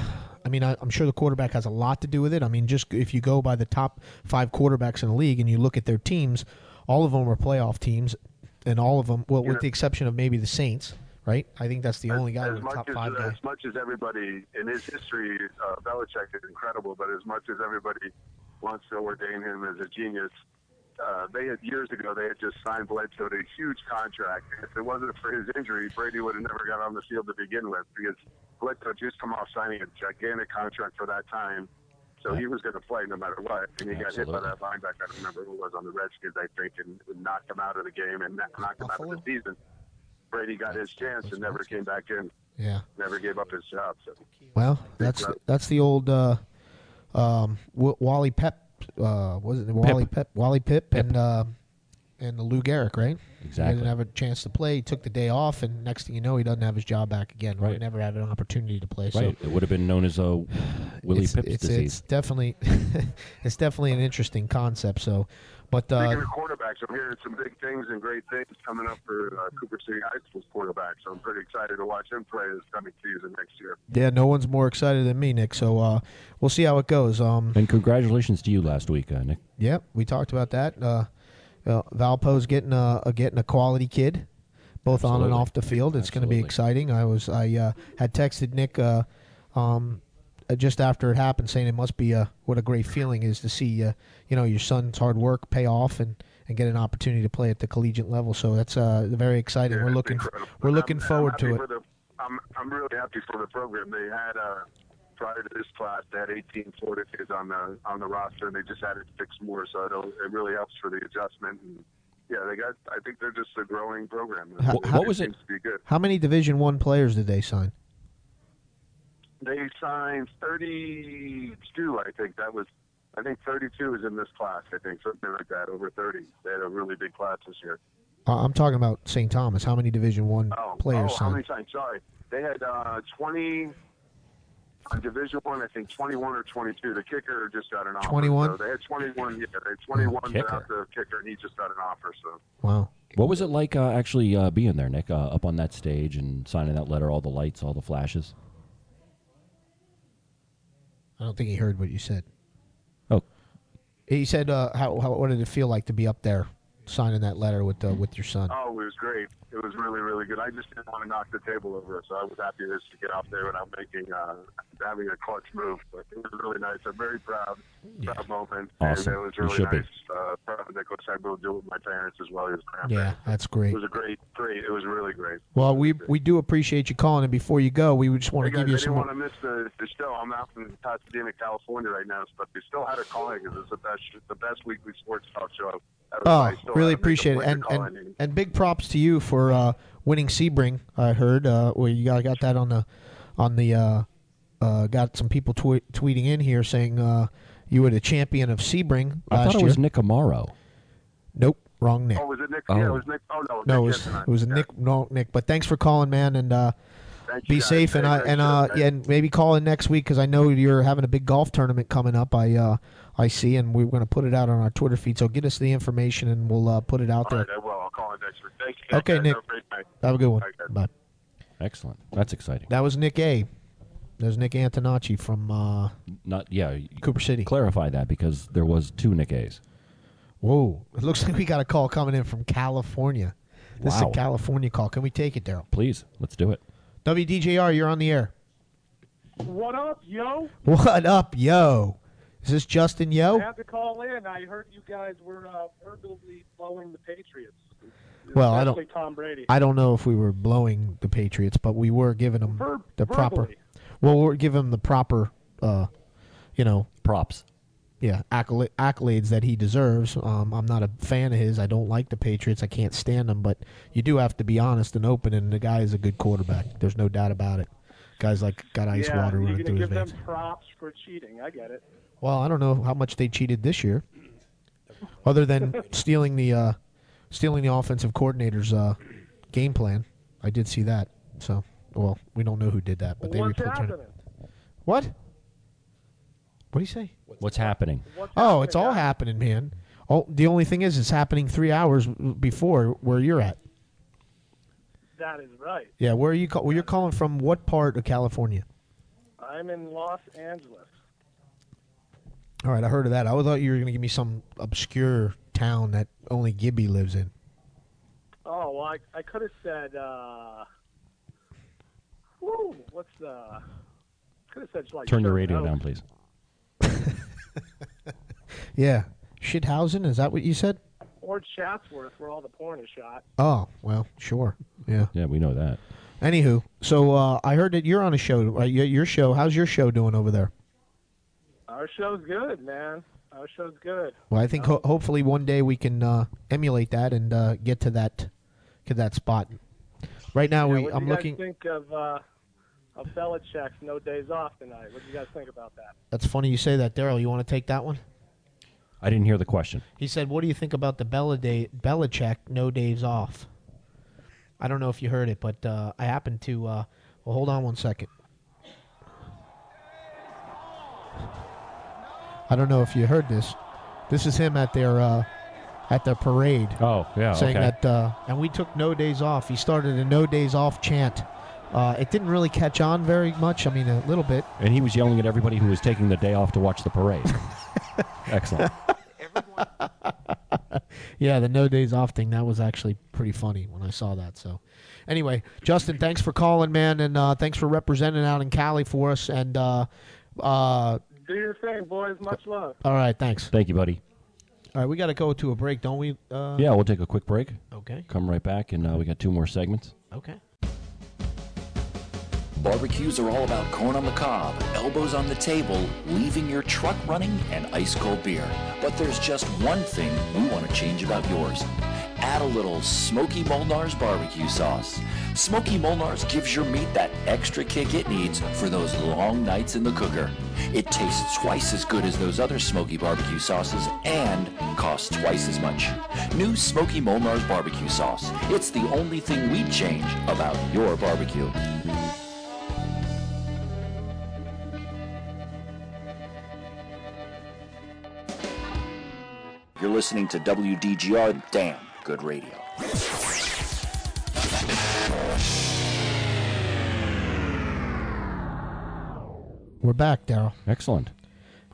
Speaker 2: I mean, I, I'm sure the quarterback has a lot to do with it. I mean, just if you go by the top five quarterbacks in the league and you look at their teams, all of them are playoff teams, and all of them, well,
Speaker 12: Yeah.
Speaker 2: with the exception of maybe the Saints, right? I think that's the only guy
Speaker 12: as
Speaker 2: with a
Speaker 12: much
Speaker 2: top
Speaker 12: as,
Speaker 2: five guy.
Speaker 12: as much as everybody in his history, uh, Belichick is incredible. But as much as everybody wants to ordain him as a genius, uh, they had years ago they had just signed Bledsoe to a huge contract. If it wasn't for his injury, Brady would have never got on the field to begin with because Bledsoe just come off signing a gigantic contract for that time. So he was going to play no matter what, and he got hit by
Speaker 3: Absolutely.
Speaker 12: that linebacker. I don't remember who it was on the Redskins, I think, and knocked him out of the game and knocked him out of the season. Brady got his chance and never came back in
Speaker 2: Yeah.
Speaker 12: never gave up his job. So.
Speaker 2: Well, that's that's the old uh, um, w- Wally Pep. Uh, was it Wally Pep? Wally Pip and uh, and Lou Gehrig, right? He
Speaker 3: Exactly.
Speaker 2: didn't have a chance to play. He took the day off, and next thing you know, he doesn't have his job back again. Or he
Speaker 3: Right.
Speaker 2: never had an opportunity to play. So
Speaker 3: Right. it would have been known as a Willie
Speaker 2: it's,
Speaker 3: Pips
Speaker 2: it's,
Speaker 3: disease.
Speaker 2: it's definitely it's definitely an interesting concept. So, but uh,
Speaker 12: Speaking of quarterbacks, I'm hearing some big things and great things coming up for uh, Cooper City High School's quarterback. So I'm pretty excited to watch him play this coming season next year.
Speaker 2: yeah, no one's more excited than me, Nick. So uh, we'll see how it goes. Um,
Speaker 3: and congratulations to you last week, uh, Nick.
Speaker 2: Yeah, we talked about that. Uh, uh, Valpo's getting a uh, getting a quality kid, both on and
Speaker 3: Absolutely.
Speaker 2: off the field. It's going to be exciting. I was I uh, had texted Nick uh, um, uh, just after it happened, saying it must be a what a great feeling is to see uh, you know your son's hard work pay off and, and get an opportunity to play at the collegiate level. So that's uh, very exciting. we're looking we're looking forward
Speaker 12: Happy
Speaker 2: to it.
Speaker 12: for the- I'm, I'm really happy for the program. They had uh, prior to this class, they had 18 Florida kids on the on the roster, and they just added six more. So it'll, it really helps for the adjustment. And, yeah, they got. I think they're just a growing program.
Speaker 2: How- how-
Speaker 12: seems To be good.
Speaker 2: How many Division One players did they sign?
Speaker 12: They signed 32, I think. That was, I think 32 is in this class, I think, something like that, over 30. They had a really big class this year.
Speaker 2: Uh, I'm talking about St. Thomas. How many Division One
Speaker 12: Oh,
Speaker 2: players
Speaker 12: oh, how
Speaker 2: signed?
Speaker 12: many times? Sorry. They had uh, 20 on Division One, I think 21 or 22. The kicker just got an offer.
Speaker 2: 21?
Speaker 12: So they had 21, yeah, they had 21
Speaker 3: Oh,
Speaker 12: without the kicker, and he just got an offer, so.
Speaker 2: Wow.
Speaker 3: What was it like uh, actually uh, being there, Nick, uh, up on that stage and signing that letter, all the lights, all the flashes?
Speaker 2: I don't think he heard what you said.
Speaker 3: Oh.
Speaker 2: He said, uh, how, how, what did it feel like to be up there signing that letter with, uh, with your son?
Speaker 12: Oh, it was great. It was really, really good. I just didn't want to knock the table over, so I was happy just to get out there without making uh, having a clutch move. But it was really nice. I'm very proud, proud moment,
Speaker 3: Awesome.
Speaker 12: and it was
Speaker 3: You
Speaker 12: really
Speaker 3: should be.
Speaker 12: nice. Uh, proud of Nicholas. I will do it with my parents as well as
Speaker 2: Yeah,
Speaker 12: grandparents.
Speaker 2: that's great.
Speaker 12: It was a great, great. It was really great.
Speaker 2: Well, we we do appreciate you calling, and before you go, we would just want
Speaker 12: Hey
Speaker 2: to
Speaker 12: guys,
Speaker 2: give
Speaker 12: I
Speaker 2: you
Speaker 12: didn't
Speaker 2: some.
Speaker 12: want to miss the, the show. I'm out in Pasadena, California right now, but we still had a call because it's the best, the best weekly sports talk show. ever.
Speaker 2: Oh,
Speaker 12: I
Speaker 2: really
Speaker 12: still had to make a
Speaker 2: appreciate it,
Speaker 12: point to
Speaker 2: and
Speaker 12: call in.
Speaker 2: and, and big props to you for uh, winning Sebring. I heard uh, where you got got that on the on the uh, uh, got some people twe- tweeting in here saying uh, you were the champion of Sebring
Speaker 3: I
Speaker 2: last
Speaker 3: thought it
Speaker 2: year.
Speaker 3: was Nick Amaro.
Speaker 2: Nope, wrong Nick.
Speaker 12: Oh, was it Nick?
Speaker 3: Oh.
Speaker 12: Yeah, it was Nick. Oh
Speaker 2: No,
Speaker 12: no, Nick
Speaker 2: it was
Speaker 12: Hansen.
Speaker 2: it was Nick, no Nick. But thanks for calling, man, and uh,
Speaker 12: Thank you,
Speaker 2: be
Speaker 12: guys.
Speaker 2: safe. And
Speaker 12: Hey,
Speaker 2: I
Speaker 12: great
Speaker 2: and
Speaker 12: show,
Speaker 2: uh,
Speaker 12: guys.
Speaker 2: yeah, and maybe call in next week because I know you're having a big golf tournament coming up. I uh, I see, and we're going to put it out on our Twitter feed. So get us the information, and we'll uh, put it out
Speaker 12: All
Speaker 2: there.
Speaker 12: right, I will. I'll call in next week. Thank you.
Speaker 2: Okay,
Speaker 12: guys.
Speaker 2: Nick.
Speaker 12: Have a great night.
Speaker 2: Have a good one.
Speaker 12: Bye, guys.
Speaker 2: Bye.
Speaker 3: Excellent. That's exciting.
Speaker 2: That was Nick A. That was Nick Antonacci from. Uh,
Speaker 3: Not yeah.
Speaker 2: Cooper City.
Speaker 3: Clarify that because there was two Nick A's.
Speaker 2: whoa! It looks like we got a call coming in from California. This is
Speaker 3: Wow.
Speaker 2: a California call. Can we take it, Daryl?
Speaker 3: Please, let's do it.
Speaker 2: WDJR, you're on the air.
Speaker 13: What up, yo?
Speaker 2: What up, yo? Is this Justin Yo?
Speaker 13: I had to call in. I heard you guys were uh, verbally blowing the Patriots.
Speaker 2: Well, I
Speaker 13: Especially
Speaker 2: don't.
Speaker 13: Tom Brady.
Speaker 2: I don't know if we were blowing the Patriots, but we were giving them
Speaker 13: Ver-
Speaker 2: the proper.
Speaker 13: verbally.
Speaker 2: Well, we we're giving them the proper, uh, you know,
Speaker 3: props.
Speaker 2: Yeah, accol- accolades that he deserves. Um, I'm not a fan of his. I don't like the Patriots. I can't stand them. But you do have to be honest and open. And the guy is a good quarterback. There's no doubt about it. Guys like got ice
Speaker 13: yeah,
Speaker 2: water
Speaker 13: you're
Speaker 2: running
Speaker 13: gonna
Speaker 2: through his
Speaker 13: give
Speaker 2: veins.
Speaker 13: them props for cheating. I get it.
Speaker 2: Well, I don't know how much they cheated this year, other than stealing the uh, stealing the offensive coordinator's uh, game plan. I did see that. So, well, we don't know who did that, but they
Speaker 13: What's
Speaker 2: reported.
Speaker 13: happening?
Speaker 2: What? What do you say?
Speaker 3: What's happening?
Speaker 2: oh, it's all happening, man. Oh, the only thing is, it's happening three hours before where you're at.
Speaker 13: That is right.
Speaker 2: Yeah, where are you? Call- well, you're calling from what part of California?
Speaker 13: I'm in Los Angeles.
Speaker 2: All right, I heard of that. I thought you were going to give me some obscure town that only Gibby lives in.
Speaker 13: Oh, well, I, I could have said, uh, whoo, what's the, could have said like.
Speaker 3: Turn your
Speaker 13: Sir
Speaker 3: radio
Speaker 13: Oak.
Speaker 3: down, please.
Speaker 2: Yeah. Shithausen, is that what you said?
Speaker 13: Or Chatsworth, where all the porn is shot.
Speaker 2: Oh, well, sure. Yeah.
Speaker 3: Yeah, we know that.
Speaker 2: Anywho, so uh, I heard that you're on a show, right? Your- Your show. How's your show doing over there?
Speaker 13: Our show's good, man. Our show's good.
Speaker 2: Well, I think
Speaker 13: Uh-huh.
Speaker 2: ho- hopefully one day we can uh, emulate that and uh, get to that, get that spot. Right now,
Speaker 13: Yeah,
Speaker 2: we
Speaker 13: what do
Speaker 2: I'm
Speaker 13: you guys
Speaker 2: looking.
Speaker 13: think of uh, of Belichick's no days off tonight? What do you guys think about that?
Speaker 2: That's funny you say that, Daryl. You want to take that one?
Speaker 3: I didn't hear the question.
Speaker 2: He said, "What do you think about the Bella day, Belichick no days off?" I don't know if you heard it, but uh, I happened to. Uh, well, hold on one second. I don't know if you heard this. This is him at their uh, at their parade.
Speaker 3: Oh, yeah,
Speaker 2: saying
Speaker 3: okay.
Speaker 2: that, uh, and we took no days off. He started a no days off chant. Uh, it didn't really catch on very much. I mean, a little bit.
Speaker 3: And he was yelling at everybody who was taking the day off to watch the parade. Excellent.
Speaker 2: yeah, the no days off thing that was actually pretty funny when I saw that. So, anyway, Justin, thanks for calling, man, and uh, thanks for representing out in Cali for us. And uh, uh, all
Speaker 13: Do your thing, boys. Much love.
Speaker 2: right, thanks.
Speaker 3: Thank you, buddy.
Speaker 2: right, we got to go to a break, don't we? Uh,
Speaker 3: Yeah, we'll take a quick break.
Speaker 2: Okay.
Speaker 3: Come right back, and uh, we got two more segments.
Speaker 2: Okay.
Speaker 1: Barbecues are all about corn on the cob, elbows on the table, leaving your truck running, and ice cold beer. But there's just one thing we want to change about yours. Add a little Smoky Molnar's barbecue sauce. Smoky Molnar's gives your meat that extra kick it needs for those long nights in the cooker. It tastes twice as good as those other smoky barbecue sauces and costs twice as much. New Smoky Molnar's barbecue sauce. It's the only thing we'd change about your barbecue. You're listening to WDGR. Damn good radio.
Speaker 2: We're back, Daryl.
Speaker 3: Excellent.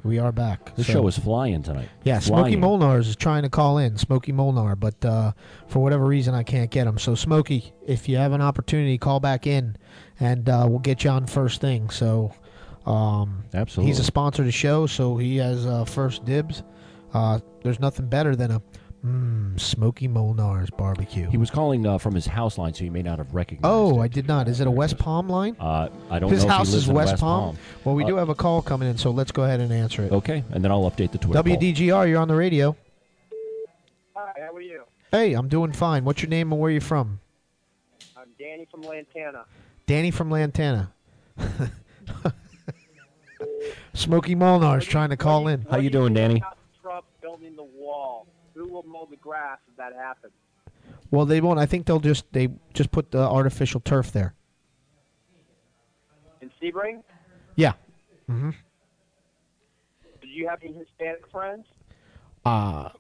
Speaker 2: We are back.
Speaker 3: This
Speaker 2: So-
Speaker 3: show is flying tonight.
Speaker 2: Yeah, Smokey
Speaker 3: Flying.
Speaker 2: Molnar's is trying to call in, Smokey Molnar, but uh, for whatever reason I can't get him. So Smokey, if you have an opportunity, call back in, and uh, we'll get you on first thing. So, um,
Speaker 3: Absolutely.
Speaker 2: he's a sponsor of the show, so he has uh, first dibs. Uh, there's nothing better than a mm, Smokey Molnar's barbecue.
Speaker 3: He was calling uh, from his house line, so you may not have recognized.
Speaker 2: Oh, I did not. Is it a West Palm line?
Speaker 3: Uh, I don't
Speaker 2: His
Speaker 3: know.
Speaker 2: house
Speaker 3: if
Speaker 2: is
Speaker 3: he lives in
Speaker 2: West,
Speaker 3: West
Speaker 2: Palm. Well, we
Speaker 3: Uh,
Speaker 2: do have a call coming in, so let's go ahead and answer it.
Speaker 3: Okay, and then I'll update the Twitter. poll.
Speaker 2: WDGR, you're on the radio.
Speaker 13: Hi, how are you?
Speaker 2: Hey, I'm doing fine. What's your name and where you from?
Speaker 13: I'm Danny from Lantana.
Speaker 2: Danny from Lantana. Smokey Molnar is trying to call in.
Speaker 3: How you doing, Danny?
Speaker 13: Trump building the wall. Who will mow the grass if that happens?
Speaker 2: Well, they won't. I think they'll just they just put the artificial turf there.
Speaker 13: In Sebring,
Speaker 2: Yeah. hmm
Speaker 13: do you have any Hispanic friends?
Speaker 2: Uh,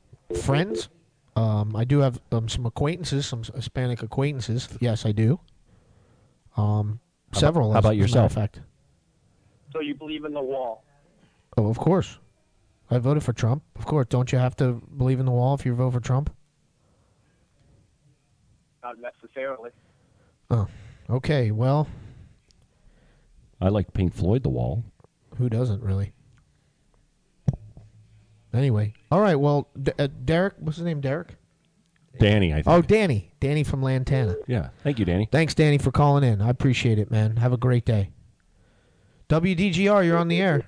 Speaker 2: friends. Um, I do have um, some acquaintances, some Hispanic acquaintances. Yes, I do. Um,
Speaker 3: How about-
Speaker 2: several.
Speaker 3: how about
Speaker 2: as a matter of
Speaker 3: yourself?
Speaker 2: fact.
Speaker 13: So you believe in the wall?
Speaker 2: Oh, of course. I voted for Trump. Of course. Don't you have to believe in the wall if you vote for Trump?
Speaker 13: Not necessarily.
Speaker 2: Oh, okay. Well,
Speaker 3: I like Pink Floyd, The Wall.
Speaker 2: Who doesn't really? Anyway, all right. Well, D- uh, Derek, what's his name? Derek.
Speaker 3: Danny, I think.
Speaker 2: Oh, Danny. Danny from Lantana.
Speaker 3: Yeah. Thank you, Danny.
Speaker 2: Thanks, Danny, for calling in. I appreciate it, man. Have a great day. WDGR, you're on the air.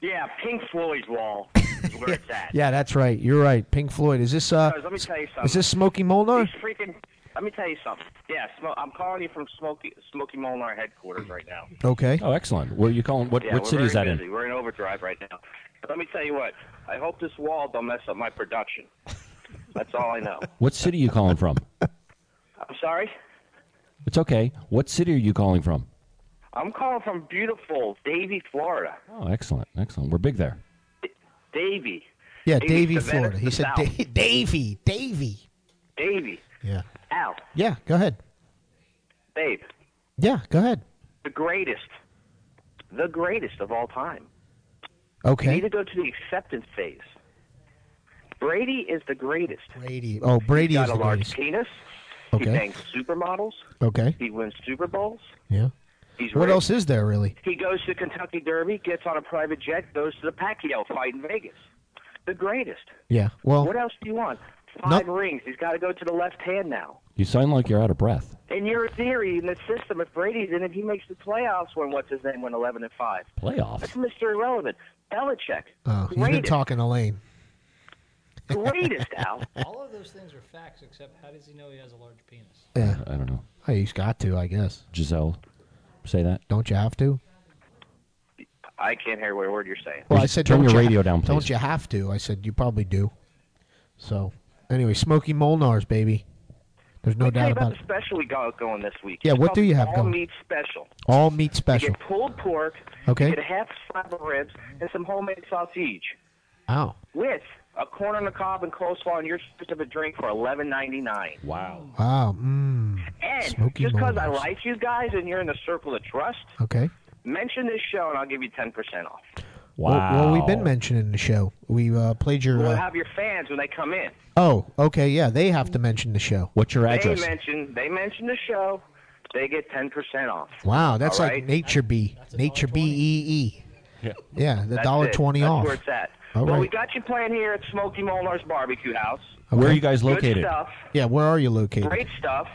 Speaker 14: Yeah, Pink Floyd's wall is where it's at.
Speaker 2: Yeah, that's right. You're right. Pink Floyd. Is this uh?
Speaker 14: Guys, let me tell you something.
Speaker 2: Is this Smokey Molnar?
Speaker 14: These freaking. Let me tell you something. Yeah, Smo- I'm calling you from Smoky Smoky Molnar headquarters right now.
Speaker 2: Okay.
Speaker 3: Oh, excellent. Where are you calling? What
Speaker 14: yeah,
Speaker 3: what
Speaker 14: we're
Speaker 3: city
Speaker 14: very
Speaker 3: is that
Speaker 14: busy.
Speaker 3: in?
Speaker 14: We're in overdrive right now. But let me tell you what. I hope this wall don't mess up my production. That's all I know.
Speaker 3: What city are you calling from?
Speaker 14: I'm sorry.
Speaker 3: It's okay. What city are you calling from?
Speaker 14: I'm calling from beautiful Davie, Florida.
Speaker 3: Oh, excellent, excellent. We're big there.
Speaker 14: Davie.
Speaker 2: Yeah,
Speaker 14: Davie's
Speaker 2: Davy,
Speaker 14: the Venice
Speaker 2: Florida.
Speaker 14: of
Speaker 2: He said
Speaker 14: South.
Speaker 2: da- Davy. Davy.
Speaker 14: Davie.
Speaker 2: Yeah.
Speaker 14: Al.
Speaker 2: Yeah. Go ahead.
Speaker 14: Dave.
Speaker 2: Yeah. Go ahead.
Speaker 14: The greatest. The greatest of all time. You need
Speaker 2: Okay.
Speaker 14: to go to the acceptance phase. Brady is the greatest.
Speaker 2: Brady. Oh, Brady
Speaker 14: He's
Speaker 2: is
Speaker 14: got
Speaker 2: the
Speaker 14: a large
Speaker 2: greatest.
Speaker 14: penis. He
Speaker 2: Okay.
Speaker 14: bangs supermodels.
Speaker 2: Okay.
Speaker 14: He wins Super Bowls.
Speaker 2: Yeah.
Speaker 14: He's
Speaker 2: What
Speaker 14: rich.
Speaker 2: else is there really?
Speaker 14: He goes to the Kentucky Derby, gets on a private jet, goes to the Pacquiao fight in Vegas. The greatest.
Speaker 2: Yeah. Well,
Speaker 14: what else do you want? Five rings. He's got to go to the left hand now.
Speaker 3: You sound like you're out of breath.
Speaker 14: In your theory, in the system, if Brady's in it, he makes the playoffs when what's his name went 11 and five.
Speaker 3: Playoffs.
Speaker 14: That's Mr. Irrelevant. Belichick.
Speaker 2: Oh, you've been
Speaker 14: greatest.
Speaker 2: talking to Lane.
Speaker 14: greatest, Al.
Speaker 7: All of those things are facts, except how does he know he has a large penis?
Speaker 2: Yeah.
Speaker 3: I don't know.
Speaker 2: Hey, he's got to, I guess.
Speaker 3: Giselle, say that.
Speaker 2: Don't you have to?
Speaker 14: I can't hear what word you're saying.
Speaker 2: Well, I said
Speaker 3: turn
Speaker 2: don't
Speaker 3: your
Speaker 2: you
Speaker 3: radio down,
Speaker 2: Don't
Speaker 3: please.
Speaker 2: you have to? I said you probably do. So, anyway, Smoky Molnar's baby. There's no
Speaker 14: Let me tell
Speaker 2: doubt
Speaker 14: you about
Speaker 2: about it.
Speaker 14: the special we got going this week.
Speaker 2: Yeah,
Speaker 14: It's
Speaker 2: what
Speaker 14: called
Speaker 2: do you have
Speaker 14: all
Speaker 2: going?
Speaker 14: meat special.
Speaker 2: All meat
Speaker 14: You
Speaker 2: special.
Speaker 14: get pulled pork,
Speaker 2: Okay.
Speaker 14: you get a half slab of ribs, and some homemade sausage
Speaker 2: Wow.
Speaker 14: with a corn on the cob and coleslaw and your specific drink for eleven ninety nine.
Speaker 3: Wow.
Speaker 2: Wow. Mm.
Speaker 14: And
Speaker 2: Smoky
Speaker 14: just because I
Speaker 2: Molnar's.
Speaker 14: like you guys and you're in the circle of trust,
Speaker 2: Okay.
Speaker 14: mention this show and I'll give you ten percent off.
Speaker 2: Well- Well, we've been mentioning the show. We uh, played your.
Speaker 14: We'll
Speaker 2: Uh,
Speaker 14: have your fans when they come in.
Speaker 2: oh, okay. Yeah, they have to mention the show.
Speaker 3: What's your
Speaker 14: They mention they mention the show, they get ten percent off.
Speaker 2: Wow, that's
Speaker 14: All
Speaker 2: like
Speaker 14: right?
Speaker 2: Nature B. Nature B E E.
Speaker 3: Yeah.
Speaker 2: Yeah, the
Speaker 14: That's
Speaker 2: dollar
Speaker 14: it.
Speaker 2: twenty
Speaker 14: That's
Speaker 2: off.
Speaker 14: where it's at.
Speaker 2: All
Speaker 14: well,
Speaker 2: right.
Speaker 14: we got you playing here at Smoky Molnar's Barbecue House.
Speaker 2: Where are you guys
Speaker 14: Good
Speaker 2: located?
Speaker 14: stuff.
Speaker 2: Yeah, where are you located?
Speaker 14: Great stuff.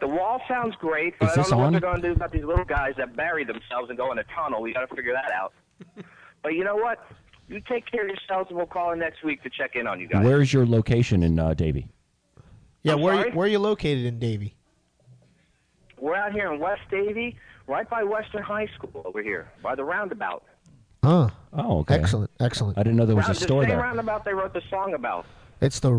Speaker 14: The wall sounds great, but
Speaker 2: Is
Speaker 14: I don't
Speaker 2: this
Speaker 14: know what
Speaker 2: on?
Speaker 14: they're going to do about these little guys that bury themselves and go in a tunnel. We got to figure that out. but you know what? You take care of yourselves, and we'll call in next week to check in on you guys.
Speaker 3: Where's your location in uh, Davie?
Speaker 2: Yeah, where are you, where are you located in Davie?
Speaker 14: We're out here in West Davie, right by Western High School over here, by the roundabout.
Speaker 2: Huh.
Speaker 3: Oh, okay.
Speaker 2: Excellent, excellent.
Speaker 3: I didn't know there was
Speaker 14: Round-
Speaker 3: a store
Speaker 14: the same
Speaker 3: there.
Speaker 14: roundabout they wrote the song about.
Speaker 2: It's the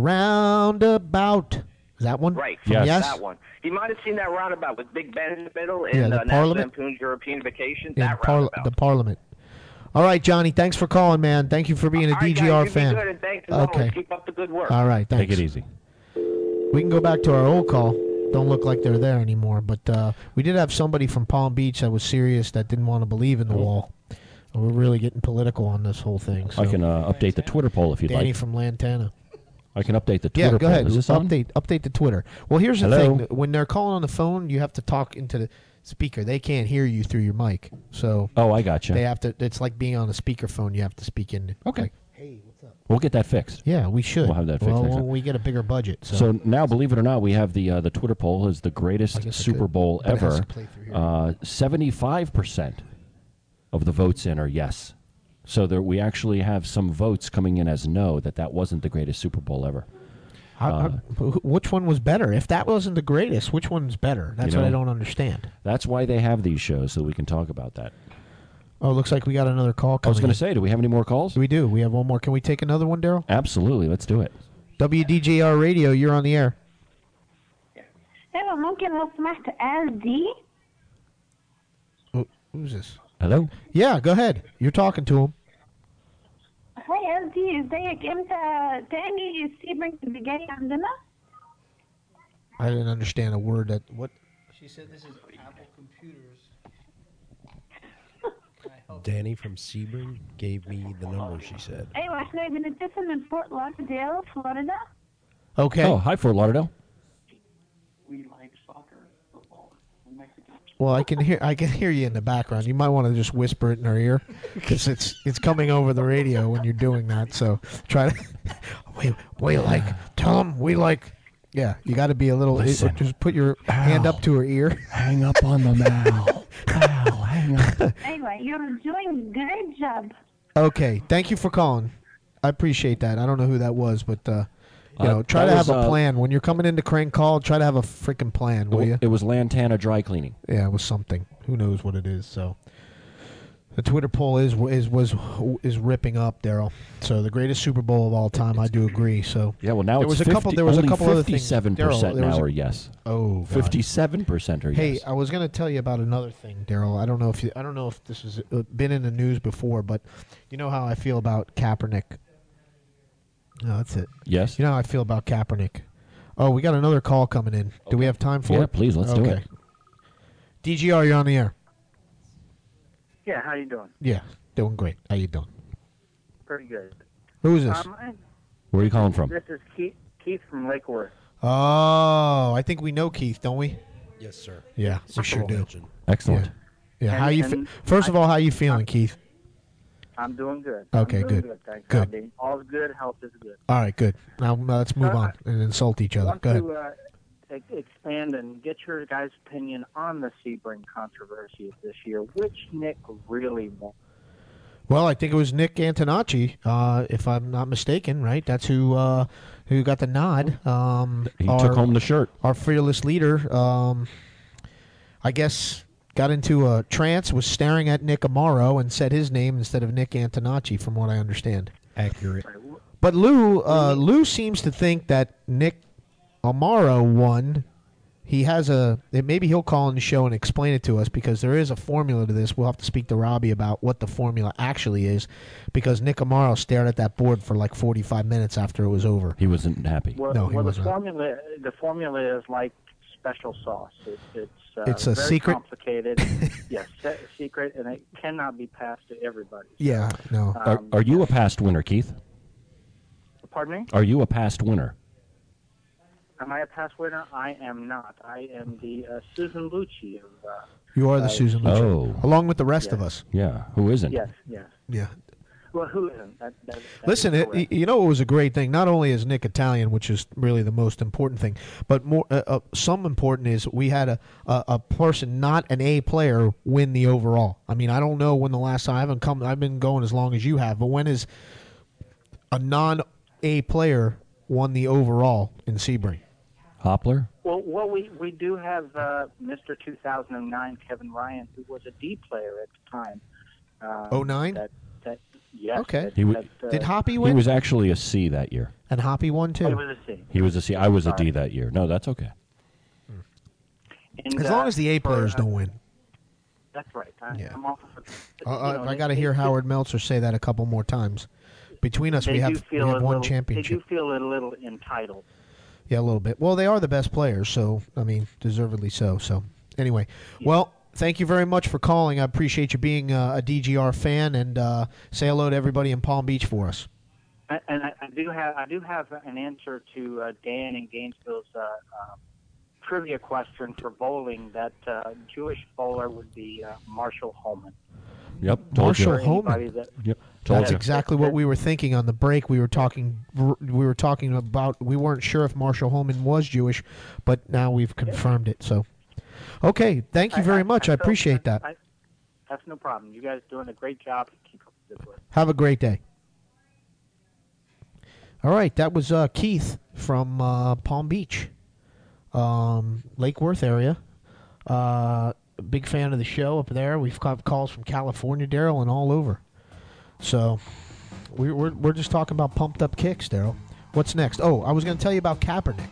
Speaker 2: roundabout. Is that one?
Speaker 14: Right.
Speaker 2: From yes.
Speaker 14: That one. You might have seen that roundabout with Big Ben in the middle
Speaker 2: Yeah,
Speaker 14: in
Speaker 2: the
Speaker 14: uh, National
Speaker 2: Parliament.
Speaker 14: Lampoon's European Vacation.
Speaker 2: Yeah,
Speaker 14: that
Speaker 2: the, parli- the Parliament. All right, Johnny. Thanhanks for calling, man. Thank you for being a
Speaker 14: All right, guys,
Speaker 2: DGR
Speaker 14: you be
Speaker 2: fan.
Speaker 14: good, and thanks as
Speaker 2: okay.
Speaker 14: always. Keep up the good work.
Speaker 2: All right. Thanks.
Speaker 3: Take it easy.
Speaker 2: We can go back to our old call. Don't look like they're there anymore. But uh, we did have somebody from Palm Beach that was serious that didn't want to believe in the wall. We're really getting political on this whole thing. So.
Speaker 3: I can uh, update the Twitter poll if you'd
Speaker 2: Danny
Speaker 3: like.
Speaker 2: from Lantana.
Speaker 3: I can update the Twitter
Speaker 2: Yeah, go
Speaker 3: poll.
Speaker 2: ahead.
Speaker 3: Is this on?
Speaker 2: update update the Twitter. Well, here's the
Speaker 3: Hello?
Speaker 2: thing: when they're calling on the phone, you have to talk into the speaker. They can't hear you through your mic, so
Speaker 3: Oh, I got you.
Speaker 2: they have to. It's like being on a speakerphone. You have to speak in. Okay. hey, what's up?
Speaker 3: We'll get that fixed.
Speaker 2: Yeah, we should.
Speaker 3: We'll have that fixed
Speaker 2: Well,
Speaker 3: next
Speaker 2: when
Speaker 3: time.
Speaker 2: we get a bigger budget. So,
Speaker 3: So. now, believe it or not, we have the uh, the Twitter poll is the greatest Super Bowl
Speaker 2: But it has
Speaker 3: ever.
Speaker 2: to play through
Speaker 3: Seventy five percent of the votes in are yes. So there, we actually have some votes coming in as no that that wasn't the greatest Super Bowl ever.
Speaker 2: how,
Speaker 3: uh,
Speaker 2: how- wh- which one was better? If that wasn't the greatest, which one's better? That's what I
Speaker 3: know-
Speaker 2: don't understand.
Speaker 3: That's why they have these shows so we can talk about that.
Speaker 2: Oh, looks like we got another call
Speaker 3: I
Speaker 2: coming.
Speaker 3: was going
Speaker 2: in.
Speaker 3: to say, do we have any more calls?
Speaker 2: we do. We have one more. Can we take another one, Daryl?
Speaker 3: Absolutely, let's do it.
Speaker 2: WDJR Radio, you're on the air.
Speaker 15: ايوه ممكن لو سمحت ال دي
Speaker 2: Who- Who's this?
Speaker 3: Hello.
Speaker 2: Yeah, go ahead. You're talking to him.
Speaker 15: هاي ال دي ازيك امتى تاني السيبنج اللي جاي عندنا
Speaker 2: I didn't understand a word that what
Speaker 7: She said this is Apple computers.
Speaker 9: Danny from Sebring gave me the number. She said.
Speaker 15: ايوه احنا بنتصل من فورت لاودرديل فلوريدا
Speaker 2: Okay.
Speaker 3: Oh, hi, Fort Lauderdale.
Speaker 16: We like soccer, football, and Mexican.
Speaker 2: Well, I can hear I can hear you in the background. You might want to just whisper it in her ear because it's it's coming over the radio when you're doing that. So try to we we like tell them we like yeah. You got to be a little it-
Speaker 17: Listen.
Speaker 2: just put your hand up to her ear. Hang up on them now.
Speaker 15: ايوه you're doing great job
Speaker 2: okay, thank you for calling. I appreciate that. I don't know who that was, but uh, you
Speaker 3: Uh,
Speaker 2: know, try
Speaker 3: that
Speaker 2: to have
Speaker 3: was,
Speaker 2: a
Speaker 3: uh,
Speaker 2: plan when you're coming into crank call. Try to have a freaking plan, will you?
Speaker 3: It was Lantana Dry Cleaning.
Speaker 2: Yeah, it was something. Who knows what it is? So the Twitter poll is is was is ripping up, Daryl. So the greatest Super Bowl of all time. I do agree. So
Speaker 3: Yeah, well now
Speaker 2: there
Speaker 3: it's
Speaker 2: was a
Speaker 3: 50,
Speaker 2: couple. There was a
Speaker 3: only
Speaker 2: couple other things.
Speaker 3: Fifty-seven
Speaker 2: Daryl,
Speaker 3: percent
Speaker 2: there was
Speaker 3: now
Speaker 2: a-
Speaker 3: are yes.
Speaker 2: Oh, God.
Speaker 3: Fifty-seven percent are
Speaker 2: Hey,
Speaker 3: yes.
Speaker 2: I was going to tell you about another thing, Daryl. I don't know if you, I don't know if this has uh, been in the news before, but you know how I feel about Kaepernick. No, that's it.
Speaker 3: Yes.
Speaker 2: You know how I feel about Kaepernick. Oh, we got another call coming in. Do we have time for it?
Speaker 3: Yeah, please, let's do it.
Speaker 2: do it. DGR, you're on the air.
Speaker 16: Yeah, how you doing?
Speaker 2: Yeah, doing great. How you doing?
Speaker 16: Pretty good.
Speaker 2: Who is this?
Speaker 16: Uh, my,
Speaker 3: Where are you calling from?
Speaker 14: Um, This is Keith, Keith from Lake Worth.
Speaker 2: Oh, I think we know Keith, don't we?
Speaker 9: Yes, sir.
Speaker 2: Yeah, we
Speaker 9: Super
Speaker 2: sure
Speaker 9: Bowl
Speaker 2: do.
Speaker 9: legend.
Speaker 3: Excellent.
Speaker 2: Yeah.
Speaker 14: And-
Speaker 2: how you? Fe-
Speaker 14: and
Speaker 2: First of all, how you feeling, Keith?
Speaker 14: I'm doing good.
Speaker 2: Okay,
Speaker 14: I'm doing
Speaker 2: good.
Speaker 14: good. Thanks,
Speaker 2: Good.
Speaker 14: Abdi. All's good. Health is good.
Speaker 2: All right, good. Now uh, let's move on and insult each other.
Speaker 14: want
Speaker 2: Go ahead.
Speaker 14: to uh, ex- expand and get your guys' opinion on the Sebring controversy of this year. Which Nick really won?
Speaker 2: Well, I think it was Nick Antonacci, uh, if I'm not mistaken. Right, that's who uh, who got the nod. Um,
Speaker 3: He took home the shirt.
Speaker 2: Our fearless leader, um, I guess, got into a trance, was staring at Nick Amaro, and said his name instead of Nick Antonacci, from what I understand.
Speaker 9: Accurate.
Speaker 2: But Lou, uh, Lou seems to think that Nick Amaro won. He has a eh, maybe he'll call in the show and explain it to us because there is a formula to this. We'll have to speak to Robbie about what the formula actually is, because Nick Amaro stared at that board for like forty five minutes after it was over.
Speaker 3: He wasn't happy.
Speaker 14: Well,
Speaker 2: no, he
Speaker 14: well the
Speaker 2: wasn't.
Speaker 14: formula the formula is like special sauce. It, it's uh,
Speaker 2: It's a
Speaker 14: very
Speaker 2: secret?
Speaker 14: complicated. yes, se- secret, and it cannot be passed to everybody.
Speaker 2: Yeah, no.
Speaker 3: Are,
Speaker 14: Um,
Speaker 3: are you a past winner, Keith?
Speaker 14: Pardon me.
Speaker 3: Are you a past winner?
Speaker 14: Am I a past winner? I am not. I am the uh, Susan Lucci of. Uh,
Speaker 2: You are
Speaker 14: uh,
Speaker 2: the Susan Lucci,
Speaker 3: Oh.
Speaker 2: along with the rest of us.
Speaker 3: Yeah. Who isn't?
Speaker 14: Yes, yes.
Speaker 2: Yeah.
Speaker 14: Well, who isn't? That, that, that
Speaker 2: Listen,
Speaker 14: is
Speaker 2: it, y- you know it was a great thing. Not only is Nick Italian, which is really the most important thing, but more uh, uh, some important is we had a, a a person, not an A player, win the overall. I mean, I don't know when the last time I haven't come. I've been going as long as you have, but when is a non A player won the overall in Sebring?
Speaker 3: Hopler.
Speaker 14: Well, well, we we do have uh, Mr. 2009 Kevin Ryan, who was a D player at the time. Um,
Speaker 2: Oh, nine?
Speaker 14: That, that, yes.
Speaker 2: Okay.
Speaker 14: That,
Speaker 3: He wa-
Speaker 14: that, uh,
Speaker 2: Did Hoppy
Speaker 3: He
Speaker 2: win?
Speaker 3: was actually a C that year.
Speaker 2: and Hoppy won too.
Speaker 14: He was a C.
Speaker 3: He was a C. I was a D that year. No, that's okay.
Speaker 14: And,
Speaker 2: as long
Speaker 14: uh,
Speaker 2: as the A
Speaker 14: for,
Speaker 2: players
Speaker 14: uh,
Speaker 2: don't win.
Speaker 14: That's right. I,
Speaker 2: Yeah.
Speaker 14: I'm all for
Speaker 2: Uh,
Speaker 14: you know,
Speaker 2: I
Speaker 14: they-
Speaker 2: got to
Speaker 14: they-
Speaker 2: hear
Speaker 14: they-
Speaker 2: Howard Meltzer say that a couple more times. Between us,
Speaker 14: they
Speaker 2: we
Speaker 14: do
Speaker 2: have, we
Speaker 14: feel
Speaker 2: have
Speaker 14: a
Speaker 2: one
Speaker 14: little,
Speaker 2: championship.
Speaker 14: They do feel a little entitled.
Speaker 2: Yeah, a little bit. Well, they are the best players, so I mean, deservedly so. So anyway, well, thank you very much for calling. I appreciate you being uh, a DGR fan, and uh, say hello to everybody in Palm Beach for us.
Speaker 14: And- And I, I do have I do have an answer to uh, Dan in Gainesville's uh, uh, trivia question for bowling. That uh, Jewish bowler would be uh, Marshall Holman.
Speaker 3: Yep. Told
Speaker 2: Marshall
Speaker 3: you.
Speaker 2: Holman.
Speaker 14: Anybody that-
Speaker 3: Yep. Told
Speaker 2: That's
Speaker 3: you.
Speaker 2: exactly what we were thinking on the break. We were talking. We were talking about. We weren't sure if Marshall Holman was Jewish, but now we've confirmed it. So, okay. Thank you very much.
Speaker 14: so-
Speaker 2: I appreciate that.
Speaker 14: I, that's no problem. You guys are doing a great job. Keep up the good work.
Speaker 2: Have a great day. All right, that was uh, Keith from uh, Palm Beach, um, Lake Worth area. Uh, big fan of the show up there. We've got calls from California, Daryl, and all over. So we, we're, we're just talking about pumped up kicks, Daryl. What's next? Oh, I was going to tell you about Kaepernick.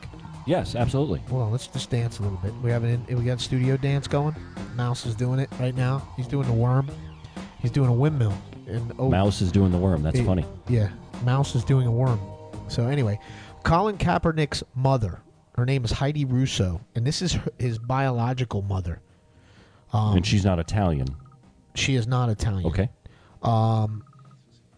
Speaker 3: Yes, absolutely.
Speaker 2: Hold on, let's just dance a little bit. We have an we got studio dance going. Mouse is doing it right now. He's doing the worm. He's doing a windmill. And oh,
Speaker 3: Mouse is doing the worm. That's
Speaker 2: it-
Speaker 3: funny.
Speaker 2: Yeah, Mouse is doing a worm. So anyway, Colin Kaepernick's mother, her name is Heidi Russo, and this is her, his biological mother. Um,
Speaker 3: and she's not Italian.
Speaker 2: she is not Italian.
Speaker 3: Okay.
Speaker 2: Um,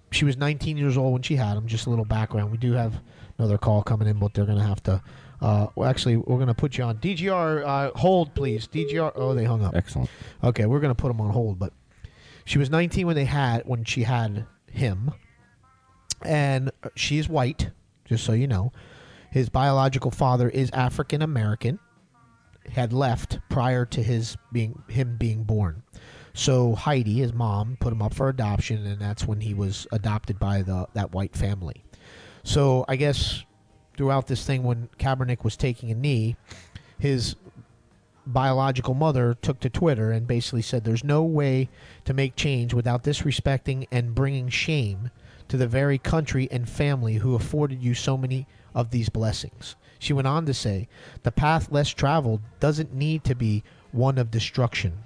Speaker 2: she was 19 years old when she had him. Just a little background. We do have another call coming in, but they're going to have to. Uh, well, actually, we're going to put you on DGR. Uh, hold, please. DGR. Oh, they hung up.
Speaker 3: Excellent.
Speaker 2: Okay, we're going to put them on hold. But she was 19 when they had when she had him, and she is white. Just so you know, his biological father is African American had left prior to his being him being born. So Heidi, his mom, put him up for adoption, and that's when he was adopted by the that white family. So I guess throughout this thing, when Kaepernick was taking a knee, his biological mother took to Twitter and basically said, "There's no way to make change without disrespecting and bringing shame to the very country and family who afforded you so many of these blessings." She went on to say, "The path less traveled doesn't need to be one of destruction."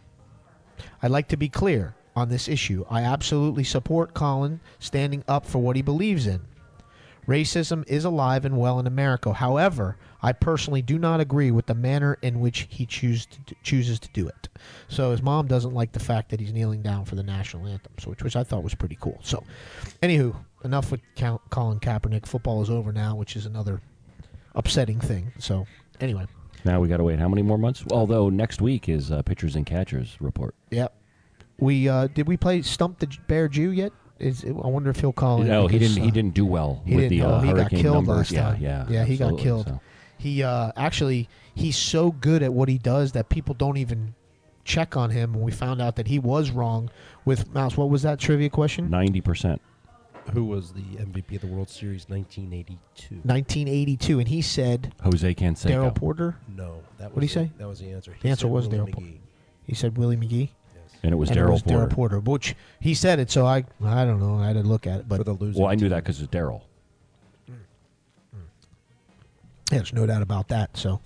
Speaker 2: I'd like to be clear on this issue. I absolutely support Colin standing up for what he believes in. Racism is alive and well in America. However, I personally do not agree with the manner in which he choose to, chooses to do it. So his mom doesn't like the fact that he's kneeling down for the national anthem, so, which, which I thought was pretty cool. So, anywho, enough with Cal- Colin Kaepernick. Football is over now, which is another upsetting thing. So anyway,
Speaker 3: Now we got to wait how many more months? Although next week is uh, pitchers and catchers report.
Speaker 2: yep. We uh, did we play stump the J- bear Jew yet? Is I wonder if he'll call in.
Speaker 3: No, he
Speaker 2: because,
Speaker 3: didn't.
Speaker 2: uh,
Speaker 3: He didn't do well
Speaker 2: He
Speaker 3: with
Speaker 2: didn't.
Speaker 3: the
Speaker 2: oh,
Speaker 3: uh,
Speaker 2: he got
Speaker 3: hurricane
Speaker 2: killed
Speaker 3: numbers.
Speaker 2: last
Speaker 3: Yeah,
Speaker 2: time.
Speaker 3: yeah,
Speaker 2: yeah. He got
Speaker 3: absolutely.
Speaker 2: killed.
Speaker 3: So-
Speaker 2: He uh, actually he's so good at what he does that people don't even check on him. And we found out that he was wrong with Mouse. What was that trivia question?
Speaker 3: Ninety percent.
Speaker 9: Who was the MVP of the World Series 1982?
Speaker 2: 1982, and he said
Speaker 3: Jose Canseco.
Speaker 2: Daryl Porter.
Speaker 9: No, that
Speaker 2: what
Speaker 9: was
Speaker 2: did he
Speaker 9: the-
Speaker 2: say?
Speaker 9: that was the answer.
Speaker 2: The
Speaker 9: He
Speaker 2: answer
Speaker 9: said
Speaker 2: was
Speaker 9: Willie
Speaker 2: Daryl Porter. He said Willie McGee.
Speaker 3: And it was Daryl Porter.
Speaker 2: Daryl Porter, which he said it, so I I don't know. I had to look at it, but
Speaker 9: for the losing.
Speaker 3: Well, I knew that because of Daryl.
Speaker 2: Yeah, there's no doubt about that. So,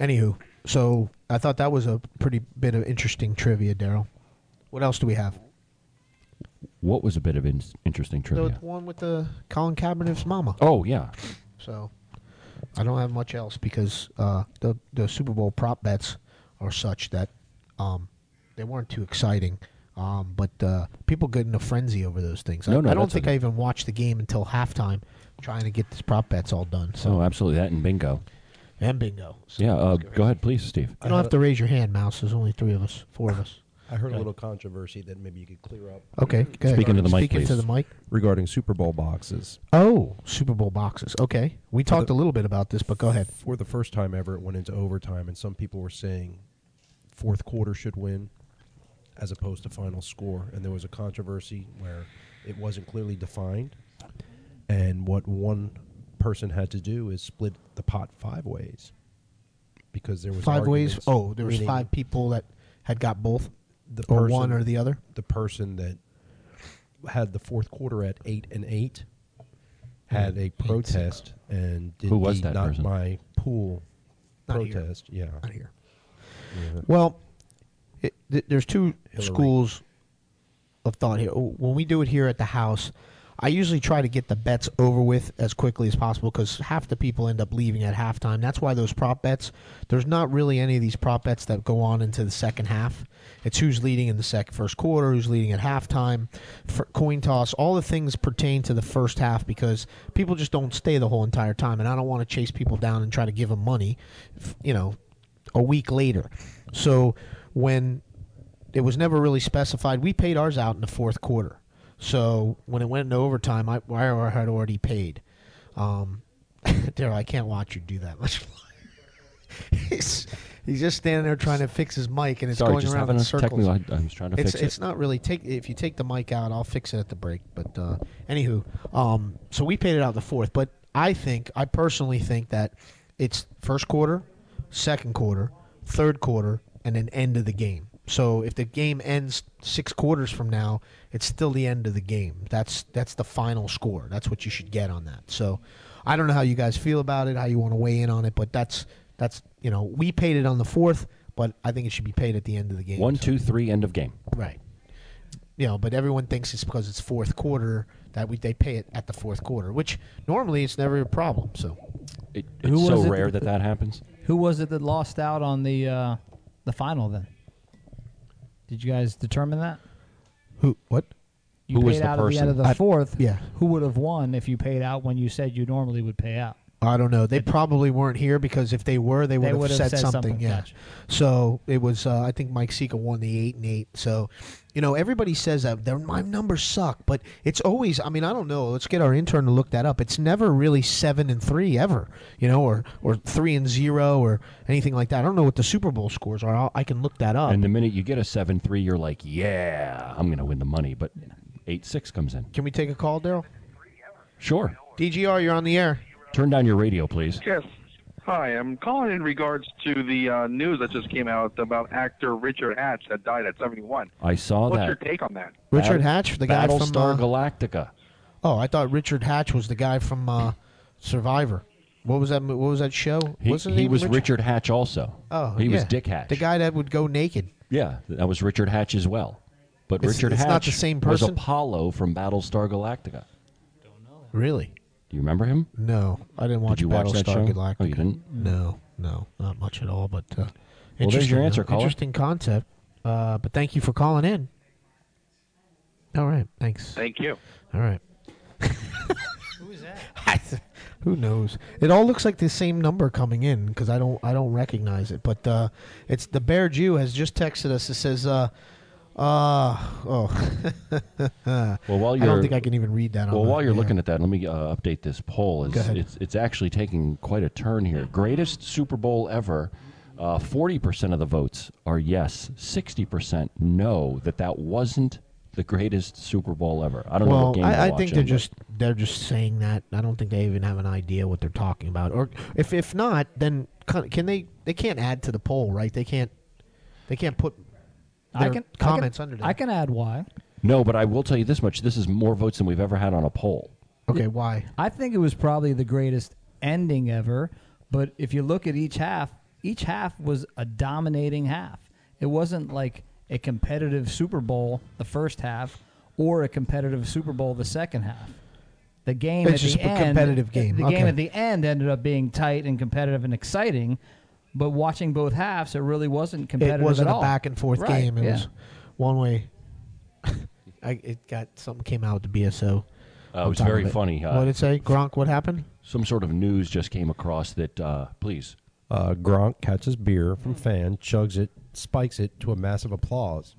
Speaker 2: anywho, so I thought that was a pretty bit of interesting trivia, Daryl. What else do we have?
Speaker 3: What was a bit of in- interesting trivia?
Speaker 2: The one with the Colin Kaepernick's mama.
Speaker 3: Oh yeah,
Speaker 2: So, I don't have much else because uh, the the Super Bowl prop bets are such that um, they weren't too exciting. Um, but uh, people get in a frenzy over those things. I,
Speaker 3: No, no,
Speaker 2: I don't
Speaker 3: that's
Speaker 2: think
Speaker 3: okay.
Speaker 2: I even watched the game until halftime, trying to get these prop bets all done. So
Speaker 3: oh absolutely that and bingo.
Speaker 2: and bingo.
Speaker 3: yeah, uh, go ahead, please, Steve.
Speaker 2: You don't have to raise your hand, Mouse. There's only three of us, four of us.
Speaker 9: I heard a little controversy that maybe you could clear up.
Speaker 2: Okay, go ahead. Speaking to the mic, Speaking to please. the mic.
Speaker 9: Regarding Super Bowl boxes.
Speaker 2: Oh, Super Bowl boxes. Okay, we
Speaker 9: For the-
Speaker 2: talked a little bit about this, but go ahead.
Speaker 9: For the first time ever, it went into overtime, and some people were saying fourth quarter should win as opposed to final score. And there was a controversy where it wasn't clearly defined. And what one person had to do is split the pot five ways because there was
Speaker 2: Five ways.
Speaker 9: arguments,
Speaker 2: Oh, there was
Speaker 9: meaning
Speaker 2: five people that had got both,
Speaker 9: the
Speaker 2: or
Speaker 9: person-
Speaker 2: one or the other.
Speaker 9: The person that had the fourth quarter at eight and eight had a protest and did
Speaker 3: Who was
Speaker 9: the
Speaker 3: that
Speaker 9: not
Speaker 3: person?
Speaker 9: my pool
Speaker 2: Not here.
Speaker 9: protest. Yeah,
Speaker 2: Not here.
Speaker 9: Yeah.
Speaker 2: Well, it, th- there's two
Speaker 9: Hillary.
Speaker 2: schools of thought here. Oh, When we do it here at the house, I usually try to get the bets over with as quickly as possible because half the people end up leaving at halftime. That's why those prop bets. There's not really any of these prop bets that go on into the second half. It's who's leading in the sec- first quarter, who's leading at halftime, for coin toss. All the things pertain to the first half because people just don't stay the whole entire time, and I don't want to chase people down and try to give them money. f- You know, a week later. So when it was never really specified, we paid ours out in the fourth quarter. So when it went into overtime, I, I had already paid. Um, Daryl, I can't watch you do that much. he's, he's just standing there trying to fix his mic, and it's
Speaker 3: Sorry,
Speaker 2: going
Speaker 3: just
Speaker 2: around
Speaker 3: having
Speaker 2: in
Speaker 3: a
Speaker 2: circles.
Speaker 3: technical- I- I was trying to
Speaker 2: it's,
Speaker 3: fix it.
Speaker 2: It's not really take. If you take the mic out, I'll fix it at the break. But uh, anywho, um, so we paid it out the fourth. But I think, I personally think that it's first quarter, second quarter, third quarter, and then end of the game. So if the game ends six quarters from now, it's still the end of the game. That's that's the final score. That's what you should get on that. So I don't know how you guys feel about it, how you want to weigh in on it, but that's that's you know we paid it on the fourth, but I think it should be paid at the end of the game.
Speaker 3: One, two, three, end of game.
Speaker 2: Right. You know, but everyone thinks it's because it's fourth quarter that we they pay it at the fourth quarter, which normally it's never a problem. So
Speaker 3: It, it's
Speaker 7: Who was
Speaker 3: so
Speaker 7: it
Speaker 3: rare
Speaker 7: that-
Speaker 3: that that happens.
Speaker 7: Who was it that lost out on the uh, the final then? Did you guys determine that?
Speaker 2: who what?
Speaker 7: You
Speaker 3: Who
Speaker 7: paid
Speaker 3: was the
Speaker 7: out at
Speaker 3: person?
Speaker 7: the end of the
Speaker 3: I-
Speaker 7: fourth.
Speaker 2: yeah.
Speaker 7: Who would have won if you paid out when you said you normally would pay out?
Speaker 2: I don't know. They probably weren't here because if they were, they would have
Speaker 7: would've
Speaker 2: said,
Speaker 7: said
Speaker 2: something.
Speaker 7: something,
Speaker 2: Yeah.
Speaker 7: gotcha.
Speaker 2: So it was. Uh, I think Mike Sika won the eight and eight. So, you know, everybody says that their my numbers suck, but it's always. I mean, I don't know. Let's get our intern to look that up. It's never really seven and three ever. You know, or or three and zero or anything like that. I don't know what the Super Bowl scores are. I'll, I can look that up.
Speaker 3: And the minute you get a seven three, you're like, yeah, I'm gonna win the money. But eight six comes in.
Speaker 2: can we take a call, Daryl?
Speaker 3: Sure.
Speaker 2: DGR, you're on the air.
Speaker 3: Turn down your radio, please.
Speaker 6: Yes. Hi, I'm calling in regards to the uh, news that just came out about actor Richard Hatch that died at 71.
Speaker 3: I saw
Speaker 6: What's
Speaker 3: that.
Speaker 6: your take on that?
Speaker 2: Richard
Speaker 3: Bat-
Speaker 2: Hatch, the guy from,
Speaker 3: Battlestar
Speaker 2: uh,
Speaker 3: Galactica.
Speaker 2: Oh, I thought Richard Hatch was the guy from uh, Survivor. What was that? mo- What was that show?
Speaker 3: He,
Speaker 2: What's his
Speaker 3: he
Speaker 2: name?
Speaker 3: was Richard? Hatch also.
Speaker 2: Oh,
Speaker 3: he was
Speaker 2: yeah.
Speaker 3: Dick Hatch.
Speaker 2: The guy that would go naked.
Speaker 3: Yeah, that was Richard Hatch as well. But
Speaker 2: It's-
Speaker 3: Richard
Speaker 2: it's
Speaker 3: Hatch
Speaker 2: not the same
Speaker 3: was
Speaker 2: person?
Speaker 3: Apollo from Battlestar Galactica.
Speaker 2: Really?
Speaker 3: Do you remember him?
Speaker 2: No, I didn't watch
Speaker 3: Did you watch
Speaker 2: Battlestar
Speaker 3: that show?
Speaker 2: Galactica.
Speaker 3: Oh, you didn't?
Speaker 2: No, no, not much at all. But uh,
Speaker 3: there's your
Speaker 2: interesting, though.
Speaker 3: answer, caller.
Speaker 2: Interesting concept. Uh, but thank you for calling in. All right, thanks.
Speaker 6: Thank you.
Speaker 2: All right.
Speaker 7: Who is that?
Speaker 2: Who knows? It all looks like the same number coming in because I don't I don't recognize it. But uh, it's the Bear Jew has just texted us. It says, uh, uh, oh. well,
Speaker 3: while
Speaker 2: I don't
Speaker 3: you're-
Speaker 2: think I can even read that.
Speaker 3: Well,
Speaker 2: on the-
Speaker 3: while you're
Speaker 2: yeah.
Speaker 3: looking at that, let me uh, update this poll.
Speaker 2: Go
Speaker 3: It's,
Speaker 2: ahead.
Speaker 3: it's it's actually taking quite a turn here. Greatest Super Bowl ever. uh, Forty percent of the votes are yes. Sixty percent no. That that wasn't the greatest Super Bowl ever. I don't know
Speaker 2: well,
Speaker 3: what game
Speaker 2: I,
Speaker 3: you're
Speaker 2: I think they're
Speaker 3: watching, but-
Speaker 2: just they're just saying that. I don't think they even have an idea what they're talking about. Or if if not, then can, can they? They can't add to the poll, right? They can't. They can't put
Speaker 7: I
Speaker 2: their
Speaker 7: can
Speaker 2: comments
Speaker 7: I can,
Speaker 2: under there.
Speaker 7: I can add why.
Speaker 3: no. But I will tell you this much: this is more votes than we've ever had on a poll.
Speaker 2: Okay, why?
Speaker 7: I think it was probably the greatest ending ever. But if you look at each half, each half was a dominating half. It wasn't like a competitive Super Bowl the first half, or a competitive Super Bowl the second half. The game
Speaker 2: It's
Speaker 7: at
Speaker 2: just
Speaker 7: the
Speaker 2: a
Speaker 7: end, uh,
Speaker 2: competitive game.
Speaker 7: The game
Speaker 2: Okay.
Speaker 7: at the end ended up being tight and competitive and exciting. But watching both halves, it really wasn't competitive
Speaker 2: It wasn't
Speaker 7: at
Speaker 2: a
Speaker 7: all.
Speaker 2: back and forth
Speaker 7: Right,
Speaker 2: game. It
Speaker 7: yeah.
Speaker 2: was one way. I, it got something came out with the BSO.
Speaker 3: Uh,
Speaker 2: on
Speaker 3: it was
Speaker 2: top of
Speaker 3: very funny. Uh,
Speaker 2: what did it say, Gronk? What happened?
Speaker 3: Some sort of news just came across that. Uh, please.
Speaker 9: Uh, Gronk catches beer from fan, chugs it, spikes it to a massive applause.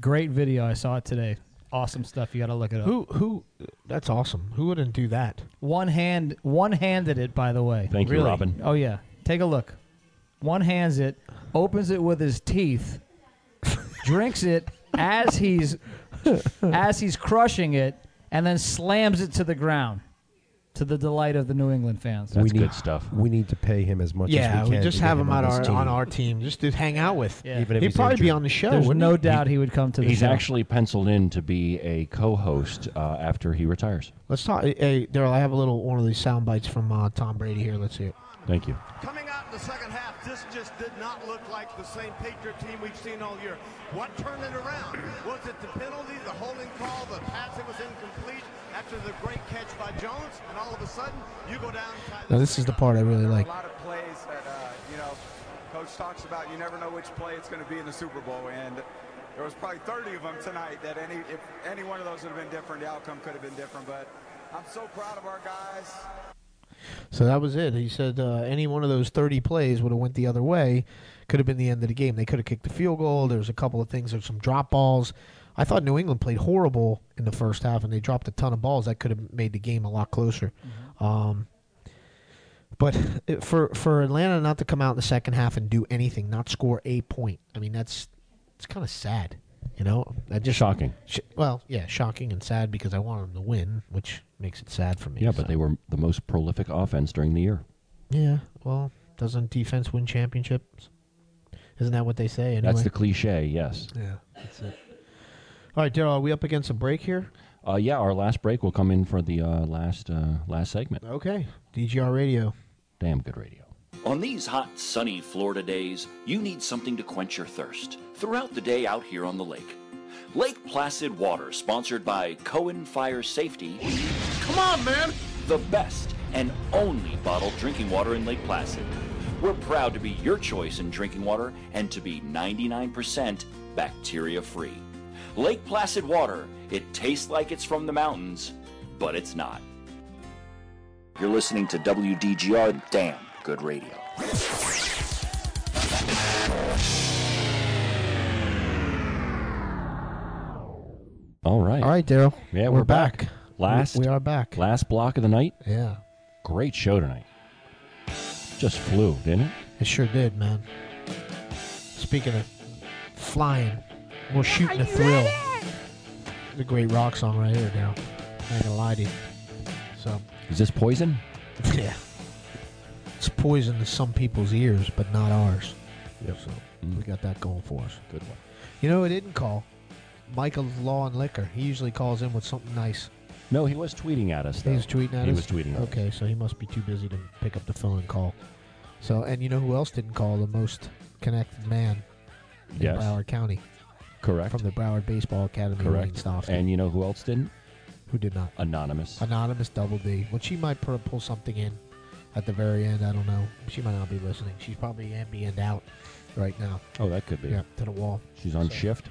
Speaker 7: Great video. I saw it today. Awesome stuff. You got to look it up.
Speaker 2: Who who? That's awesome. Who wouldn't do that?
Speaker 7: One hand, one handed it. By the way.
Speaker 3: Thank you, Really? Robin.
Speaker 7: Oh yeah. Take a look. One hands it, opens it with his teeth, drinks it as he's as he's crushing it, and then slams it to the ground, to the delight of the New England fans.
Speaker 9: we need, stuff. We need to pay him as much
Speaker 2: yeah,
Speaker 9: as we can.
Speaker 2: just
Speaker 9: to get
Speaker 2: have him on
Speaker 9: this
Speaker 2: our
Speaker 9: team.
Speaker 2: on our team, just to hang out with.
Speaker 7: Yeah. Even if
Speaker 2: He'd
Speaker 7: he's
Speaker 2: probably be
Speaker 7: injured.
Speaker 2: on the
Speaker 3: Oh,
Speaker 2: show.
Speaker 7: There's
Speaker 2: wouldn't
Speaker 7: no
Speaker 2: he?
Speaker 7: doubt he would come to the
Speaker 3: He's
Speaker 7: show.
Speaker 3: actually penciled in to be a co-host uh, after he retires.
Speaker 2: Let's talk. Hey, Daryl, I have a little one of these sound bites from uh, Tom Brady here. Let's see it.
Speaker 3: Thank you.
Speaker 18: Coming out in the second half, this just did not look like the same Patriot team we've seen all year. What turned it around? Was it the penalty, the holding call, the pass that was incomplete after the great catch by Jones? And all of a sudden, you go down.
Speaker 2: Now this is the part I really like.
Speaker 19: lot of plays that, uh, you know, coach talks about. You never know which play it's going to be in the Super Bowl, and there was probably 30 of them tonight. That any if any one of those would have been different, the outcome could have been different. But I'm so proud of our guys.
Speaker 2: So that was it. He said uh, any one of those 30 plays would have went the other way, could have been the end of the game. They could have kicked the field goal. There's a couple of things. There's some drop balls. I thought New England played horrible in the first half, and they dropped a ton of balls that could have made the game a lot closer. Um, but it, for for Atlanta not to come out in the second half and do anything, not score a point, I mean that's it's kind of sad, you know. That just
Speaker 3: Shocking.
Speaker 2: Sh- well, yeah, shocking and sad because I wanted them to win, which makes it sad for me.
Speaker 3: Yeah,
Speaker 2: so.
Speaker 3: but they were the most prolific offense during the year.
Speaker 2: Yeah, well, doesn't defense win championships? Isn't that what they say? Anyway?
Speaker 3: That's the cliche. Yes.
Speaker 2: yeah, that's it. All right, Daryl, are we up against a break here?
Speaker 3: Uh, yeah, our last break will come in for the uh, last uh, last segment.
Speaker 2: Okay. DGR Radio.
Speaker 3: Damn good radio.
Speaker 1: On these hot, sunny Florida days, you need something to quench your thirst throughout the day out here on the lake. Lake Placid Water, sponsored by Cohen Fire Safety. Come on, man! The best and only bottled drinking water in Lake Placid. We're proud to be your choice in drinking water and to be 99% bacteria free. Lake Placid Water, it tastes like it's from the mountains, but it's not. You're listening to WDGR Damn Good Radio.
Speaker 3: All right.
Speaker 2: All right, Daryl.
Speaker 3: Yeah,
Speaker 2: We're
Speaker 3: we're, back.
Speaker 2: back.
Speaker 3: Last.
Speaker 2: We- we are back.
Speaker 3: Last block of the night.
Speaker 2: Yeah.
Speaker 3: Great show tonight. Just flew, didn't it?
Speaker 2: It sure did, man. Speaking of flying, we're shooting a thrill. It's a great rock song right here, Daryl. I ain't gonna lie to you. So,
Speaker 3: Is this poison?
Speaker 2: yeah. It's poison to some people's ears, but not ours. Yep. So, we got that going for us.
Speaker 3: Mm. Good one.
Speaker 2: You know, who didn't call Michael's Law and Liquor. He usually calls in with something nice.
Speaker 3: No, he was tweeting at us. Though.
Speaker 2: He was tweeting at
Speaker 3: He
Speaker 2: us.
Speaker 3: was tweeting. At us.
Speaker 2: Okay, so he must be too busy to pick up the phone and call. So, and you know who else didn't call? The most connected man in
Speaker 3: Yes.
Speaker 2: Broward County.
Speaker 3: Correct.
Speaker 2: From the Broward Baseball Academy. Wayne
Speaker 3: Correct.
Speaker 2: Stofsky.
Speaker 3: And you know who else didn't?
Speaker 2: Who did not?
Speaker 3: Anonymous.
Speaker 2: Anonymous Double D. Well, she might put, pull something in at the very end. I don't know. She might not be listening. She's probably ambient out right now.
Speaker 3: Oh, that could be.
Speaker 2: Yeah, to the wall.
Speaker 3: She's on shift.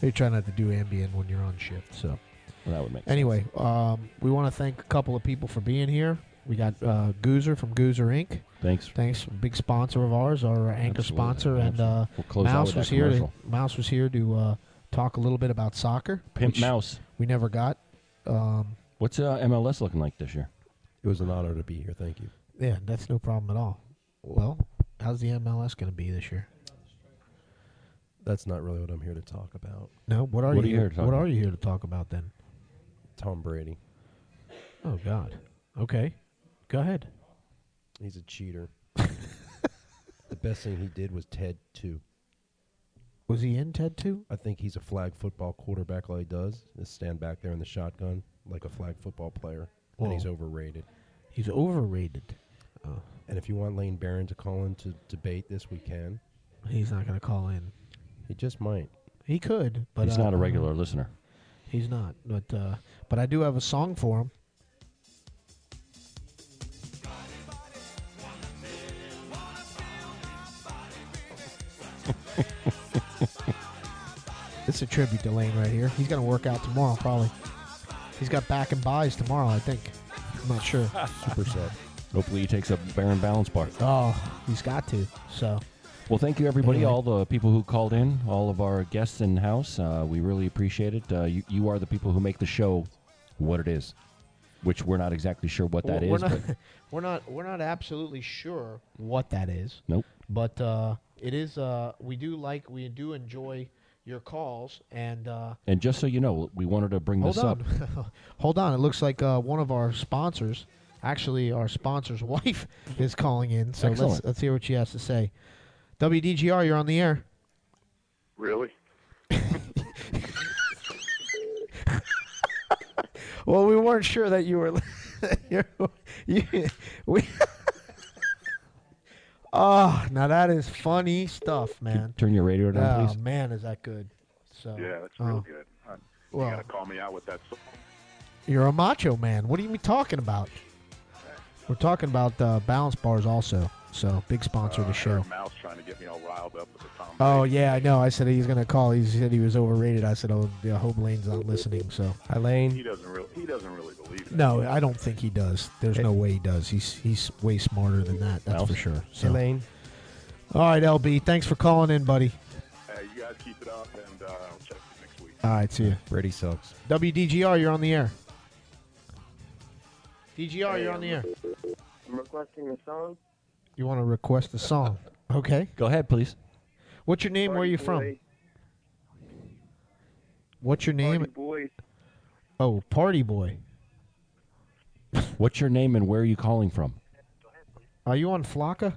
Speaker 2: You try not to do ambient when you're on shift. So
Speaker 3: Well, that would make
Speaker 2: anyway, um, we want to thank a couple of people for being here. We got uh, Goozer from Goozer Inc.
Speaker 3: Thanks.
Speaker 2: Thanks, big sponsor of ours, our anchor
Speaker 3: Absolutely,
Speaker 2: sponsor, and uh,
Speaker 3: absolutely. We'll close out
Speaker 2: Mouse
Speaker 3: with
Speaker 2: was
Speaker 3: that
Speaker 2: here. To,
Speaker 3: commercial.
Speaker 2: Mouse was here to uh, talk a little bit about soccer.
Speaker 3: Pimp
Speaker 2: which
Speaker 3: Mouse.
Speaker 2: We never got. Um,
Speaker 3: What's uh, MLS looking like this year?
Speaker 9: It was an honor to be here. Thank you.
Speaker 2: yeah, that's no problem at all. Well, how's the MLS going to be this year?
Speaker 9: That's not really what I'm here to talk about.
Speaker 2: No, what are you? here, what are you here to talk about then?
Speaker 9: Tom Brady.
Speaker 2: Oh God. Okay, go ahead.
Speaker 9: He's a cheater. the best thing he did was Ted two.
Speaker 2: Was he in Ted two?
Speaker 9: I think he's a flag football quarterback. All he does is stand back there in the shotgun like a flag football player, and he's
Speaker 2: Whoa.
Speaker 9: overrated. Uh,
Speaker 2: He's overrated. Oh,
Speaker 9: And if you want Lane Barron to call in to debate this, we can.
Speaker 2: he's not going to call in.
Speaker 9: He just might.
Speaker 2: He could, but
Speaker 3: He's
Speaker 2: uh,
Speaker 3: not a
Speaker 2: I don't
Speaker 3: regular
Speaker 2: know.
Speaker 3: listener.
Speaker 2: He's not, but uh, but I do have a song for him. It's a tribute to Lane right here. He's going to work out tomorrow, probably. He's got back and buys tomorrow, I think. I'm not sure.
Speaker 9: Super set.
Speaker 3: Hopefully, he takes a Baron Balance bar.
Speaker 2: Oh, he's got to. So
Speaker 3: Well, thank you, everybody,
Speaker 2: Anyway.
Speaker 3: all the people who called in, all of our guests in house. Uh, we really appreciate it. Uh, you, you are the people who make the show what it is, which we're not exactly sure what that is.
Speaker 2: we're not,
Speaker 3: but
Speaker 2: we're not we're not absolutely sure what that is.
Speaker 3: Nope.
Speaker 2: But uh, it is. Uh, we do like we do enjoy your calls and. Uh,
Speaker 3: and just so you know, we wanted to bring this
Speaker 2: Hold
Speaker 3: up.
Speaker 2: on. Hold on. It looks like uh, one of our sponsors, actually our sponsor's wife, is calling in. So let's,
Speaker 20: Excellent.
Speaker 2: let's hear what she has to say. WDGR, you're on the air.
Speaker 20: Really?
Speaker 2: Well, we weren't sure that you were. you- you- we. oh, now that is funny stuff, man.
Speaker 3: Turn your radio down,
Speaker 2: oh
Speaker 3: please.
Speaker 2: man, is that good? So
Speaker 20: yeah, that's
Speaker 2: oh.
Speaker 20: real good. Uh,
Speaker 2: Well.
Speaker 20: you gotta call me out with that. song.
Speaker 2: You're a macho man. What are you talking about? We're talking about uh, balance bars also. So big
Speaker 20: Uh,
Speaker 2: sponsor of the show.
Speaker 20: Mouse trying to get me all riled up with the Tom.
Speaker 2: Oh yeah, I know. I said he's gonna call. He said he was overrated. I said, oh, yeah, hope Lane's not listening. So hi,
Speaker 20: He doesn't really. He doesn't really believe.
Speaker 2: No, I don't think he does. There's no way he does. He's he's way smarter than that. That's for sure. So.
Speaker 9: Lane.
Speaker 2: All right, LB. Thanks for calling in, buddy.
Speaker 20: Hey, you guys keep it up, and uh, I'll check you next week.
Speaker 2: All right, see ya.
Speaker 9: Brady sucks.
Speaker 2: WDGR, you're on the air. DGR,
Speaker 16: Hey,
Speaker 2: you're
Speaker 16: I'm-
Speaker 2: on the air.
Speaker 16: I'm requesting a song.
Speaker 2: You want to request a song? Okay.
Speaker 3: Go ahead, please.
Speaker 2: What's your name? Where are
Speaker 16: Party
Speaker 2: you from?
Speaker 16: Boy,
Speaker 2: What's your name?
Speaker 16: Party boy,
Speaker 2: Oh, Party Boy.
Speaker 3: What's your name and where are you calling from?
Speaker 2: Are you on Flocka?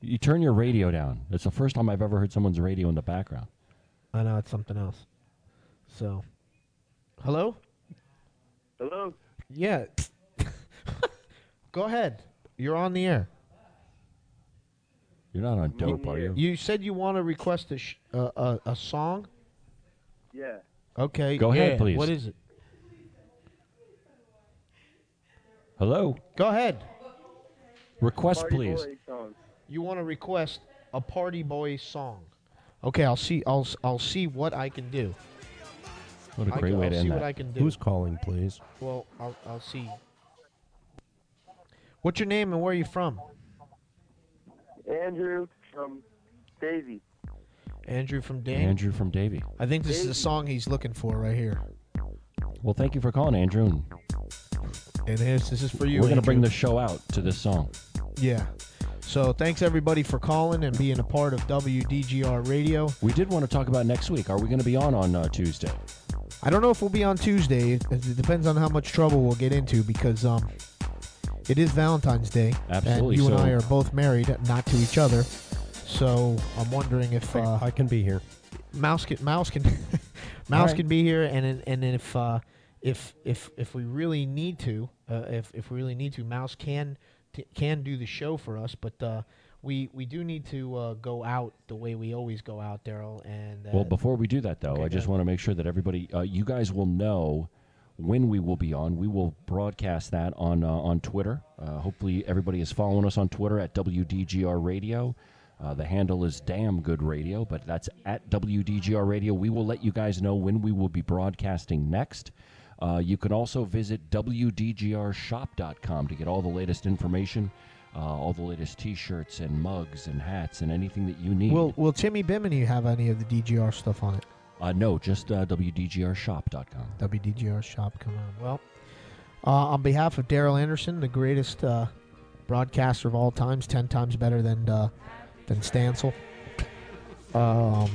Speaker 3: You turn your radio down. It's the first time I've ever heard someone's radio in the background.
Speaker 2: I know it's something else. So, hello.
Speaker 16: Hello.
Speaker 2: Yeah. Go ahead. You're on the air.
Speaker 3: You're not on dope, are you?
Speaker 2: You said you want to request a sh- uh, a, a song.
Speaker 16: Yeah.
Speaker 2: Okay.
Speaker 3: Go ahead,
Speaker 2: yeah.
Speaker 3: please.
Speaker 2: What is it?
Speaker 3: Hello.
Speaker 2: Go ahead.
Speaker 3: Request, please.
Speaker 2: You want to request a party boy song? Okay, I'll see. I'll s- I'll see what I can do.
Speaker 3: What a
Speaker 2: I
Speaker 3: great
Speaker 2: can-
Speaker 3: way
Speaker 2: I'll
Speaker 3: to
Speaker 2: see
Speaker 3: end
Speaker 2: what
Speaker 3: that.
Speaker 2: I can do.
Speaker 9: Who's calling, please?
Speaker 2: Well, I'll I'll see. What's your name and where are you from?
Speaker 16: Andrew from Davy.
Speaker 2: Andrew from Dan.
Speaker 3: Andrew from Davy.
Speaker 2: I think this is the song he's looking for right here.
Speaker 3: Well, thank you for calling, Andrew. And
Speaker 2: And here's, this is for you.
Speaker 3: We're gonna
Speaker 2: Andrew.
Speaker 3: bring the show out to this song.
Speaker 2: Yeah. So thanks everybody for calling and being a part of WDGR Radio.
Speaker 3: We did want to talk about next week. Are we going to be on on uh, Tuesday?
Speaker 2: I don't know if we'll be on Tuesday. It it depends on how much trouble we'll get into because um, it is Valentine's Day.
Speaker 3: Absolutely,
Speaker 2: And you and
Speaker 3: so-
Speaker 2: I are both married, not to each other. So Oh, I'm wondering if uh,
Speaker 9: I can be here.
Speaker 2: Mouse can Mouse can Mouse
Speaker 9: right.
Speaker 2: can be here, and then- and then if uh, if if if we really need to, uh, if if we really need to, Mouse can t- can do the show for us, but. Uh, we, we do need to uh, go out the way we always go out, Daryl. And uh,
Speaker 3: Well, before we do that, though,
Speaker 2: Okay,
Speaker 3: I
Speaker 2: go
Speaker 3: just
Speaker 2: ahead.
Speaker 3: want to make sure that everybody, uh, you guys will know when we will be on. We will broadcast that on uh, on Twitter. Uh, hopefully, everybody is following us on Twitter at WDGR Radio. Uh, the handle is Damn Good Radio, but that's at WDGR Radio. We will let you guys know when we will be broadcasting next. Uh, you can also visit WDGRShop.com to get all the latest information, uh, all the latest t shirts and mugs and hats and anything that you need.
Speaker 2: Will Will Timmy Bimini have any of the DGR stuff on it?
Speaker 3: uh, no, just uh, WDGRShop.com.
Speaker 2: WDGR shop. Come on. Well, uh, on behalf of Daryl Anderson, the greatest uh, broadcaster of all times, ten times better than uh, than Stansel. Um,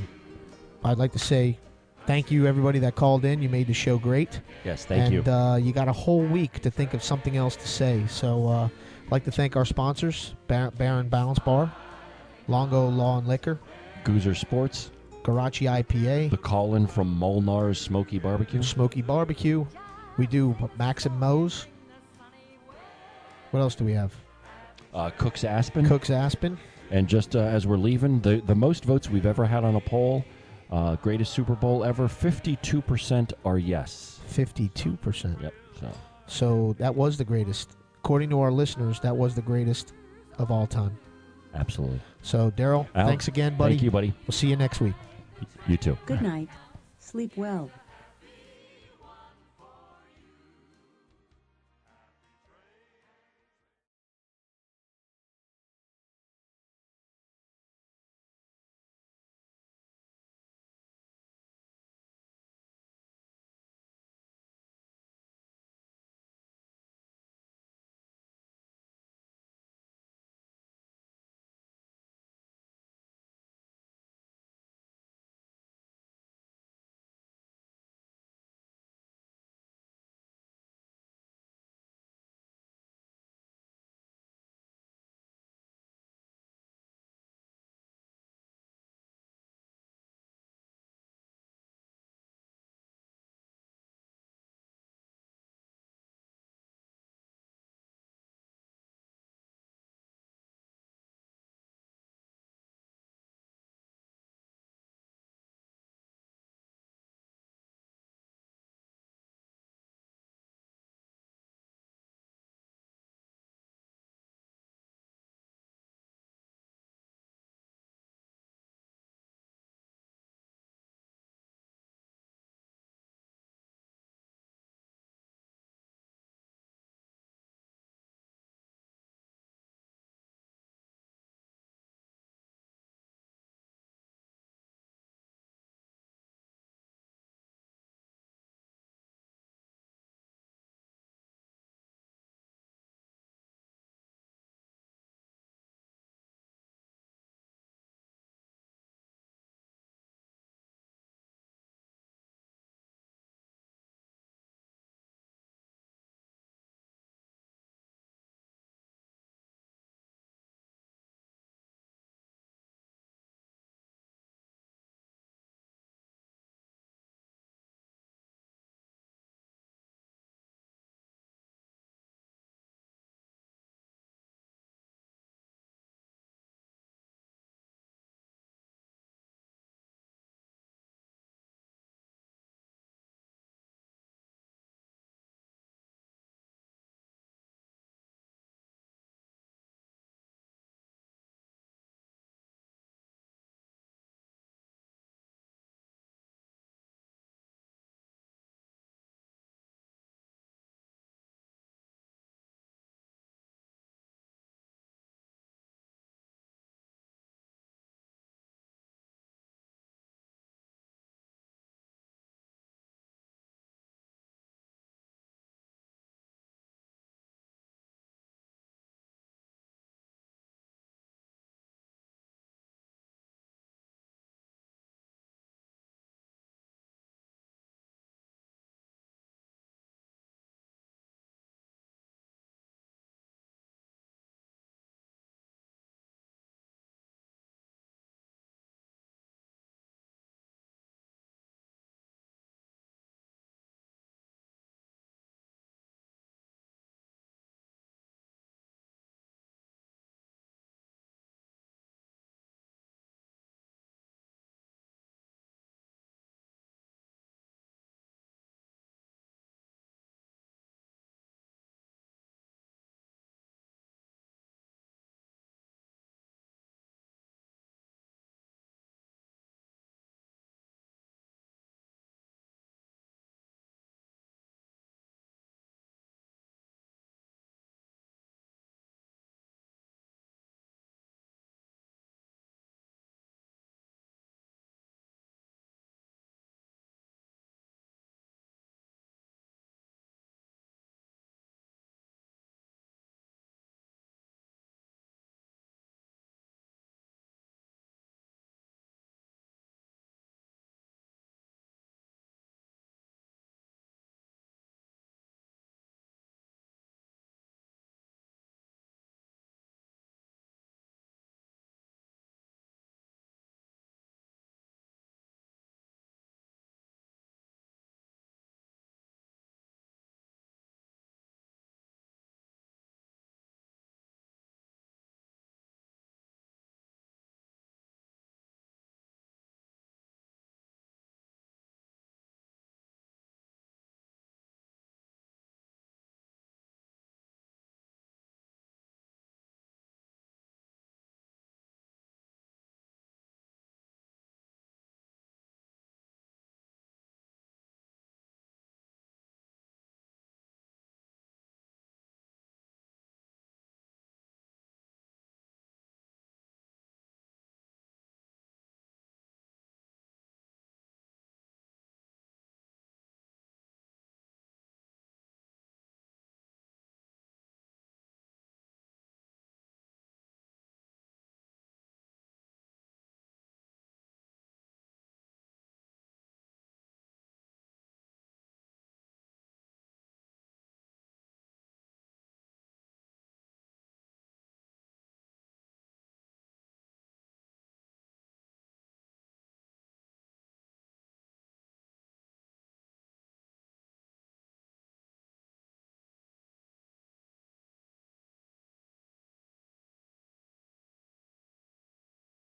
Speaker 2: I'd like to say thank you everybody that called in. You made the show great.
Speaker 3: Yes, thank
Speaker 2: and,
Speaker 3: you.
Speaker 2: uh, you got a whole week to think of something else to say. So, uh, I'd like to thank our sponsors: Bar- Baron Balance Bar, Longo Law and Liquor,
Speaker 3: Goozer Sports,
Speaker 2: Garachi IPA,
Speaker 3: The call in from Molnar's Smoky Barbecue.
Speaker 2: Smoky Barbecue. We do Max and Moe's. What else do we have?
Speaker 3: Uh, Cook's Aspen.
Speaker 2: Cook's Aspen.
Speaker 3: And just uh, as we're leaving, the, the most votes we've ever had on a poll, uh, greatest Super Bowl ever, 52% are yes.
Speaker 2: 52%.
Speaker 3: Yep. So.
Speaker 2: So that was the greatest. According to our listeners, that was the greatest of all time.
Speaker 3: Absolutely.
Speaker 2: So, Daryl,
Speaker 3: Al,
Speaker 2: thanks again, buddy.
Speaker 3: thank you, buddy.
Speaker 2: We'll see you next week.
Speaker 3: You too.
Speaker 21: Good night. Sleep well.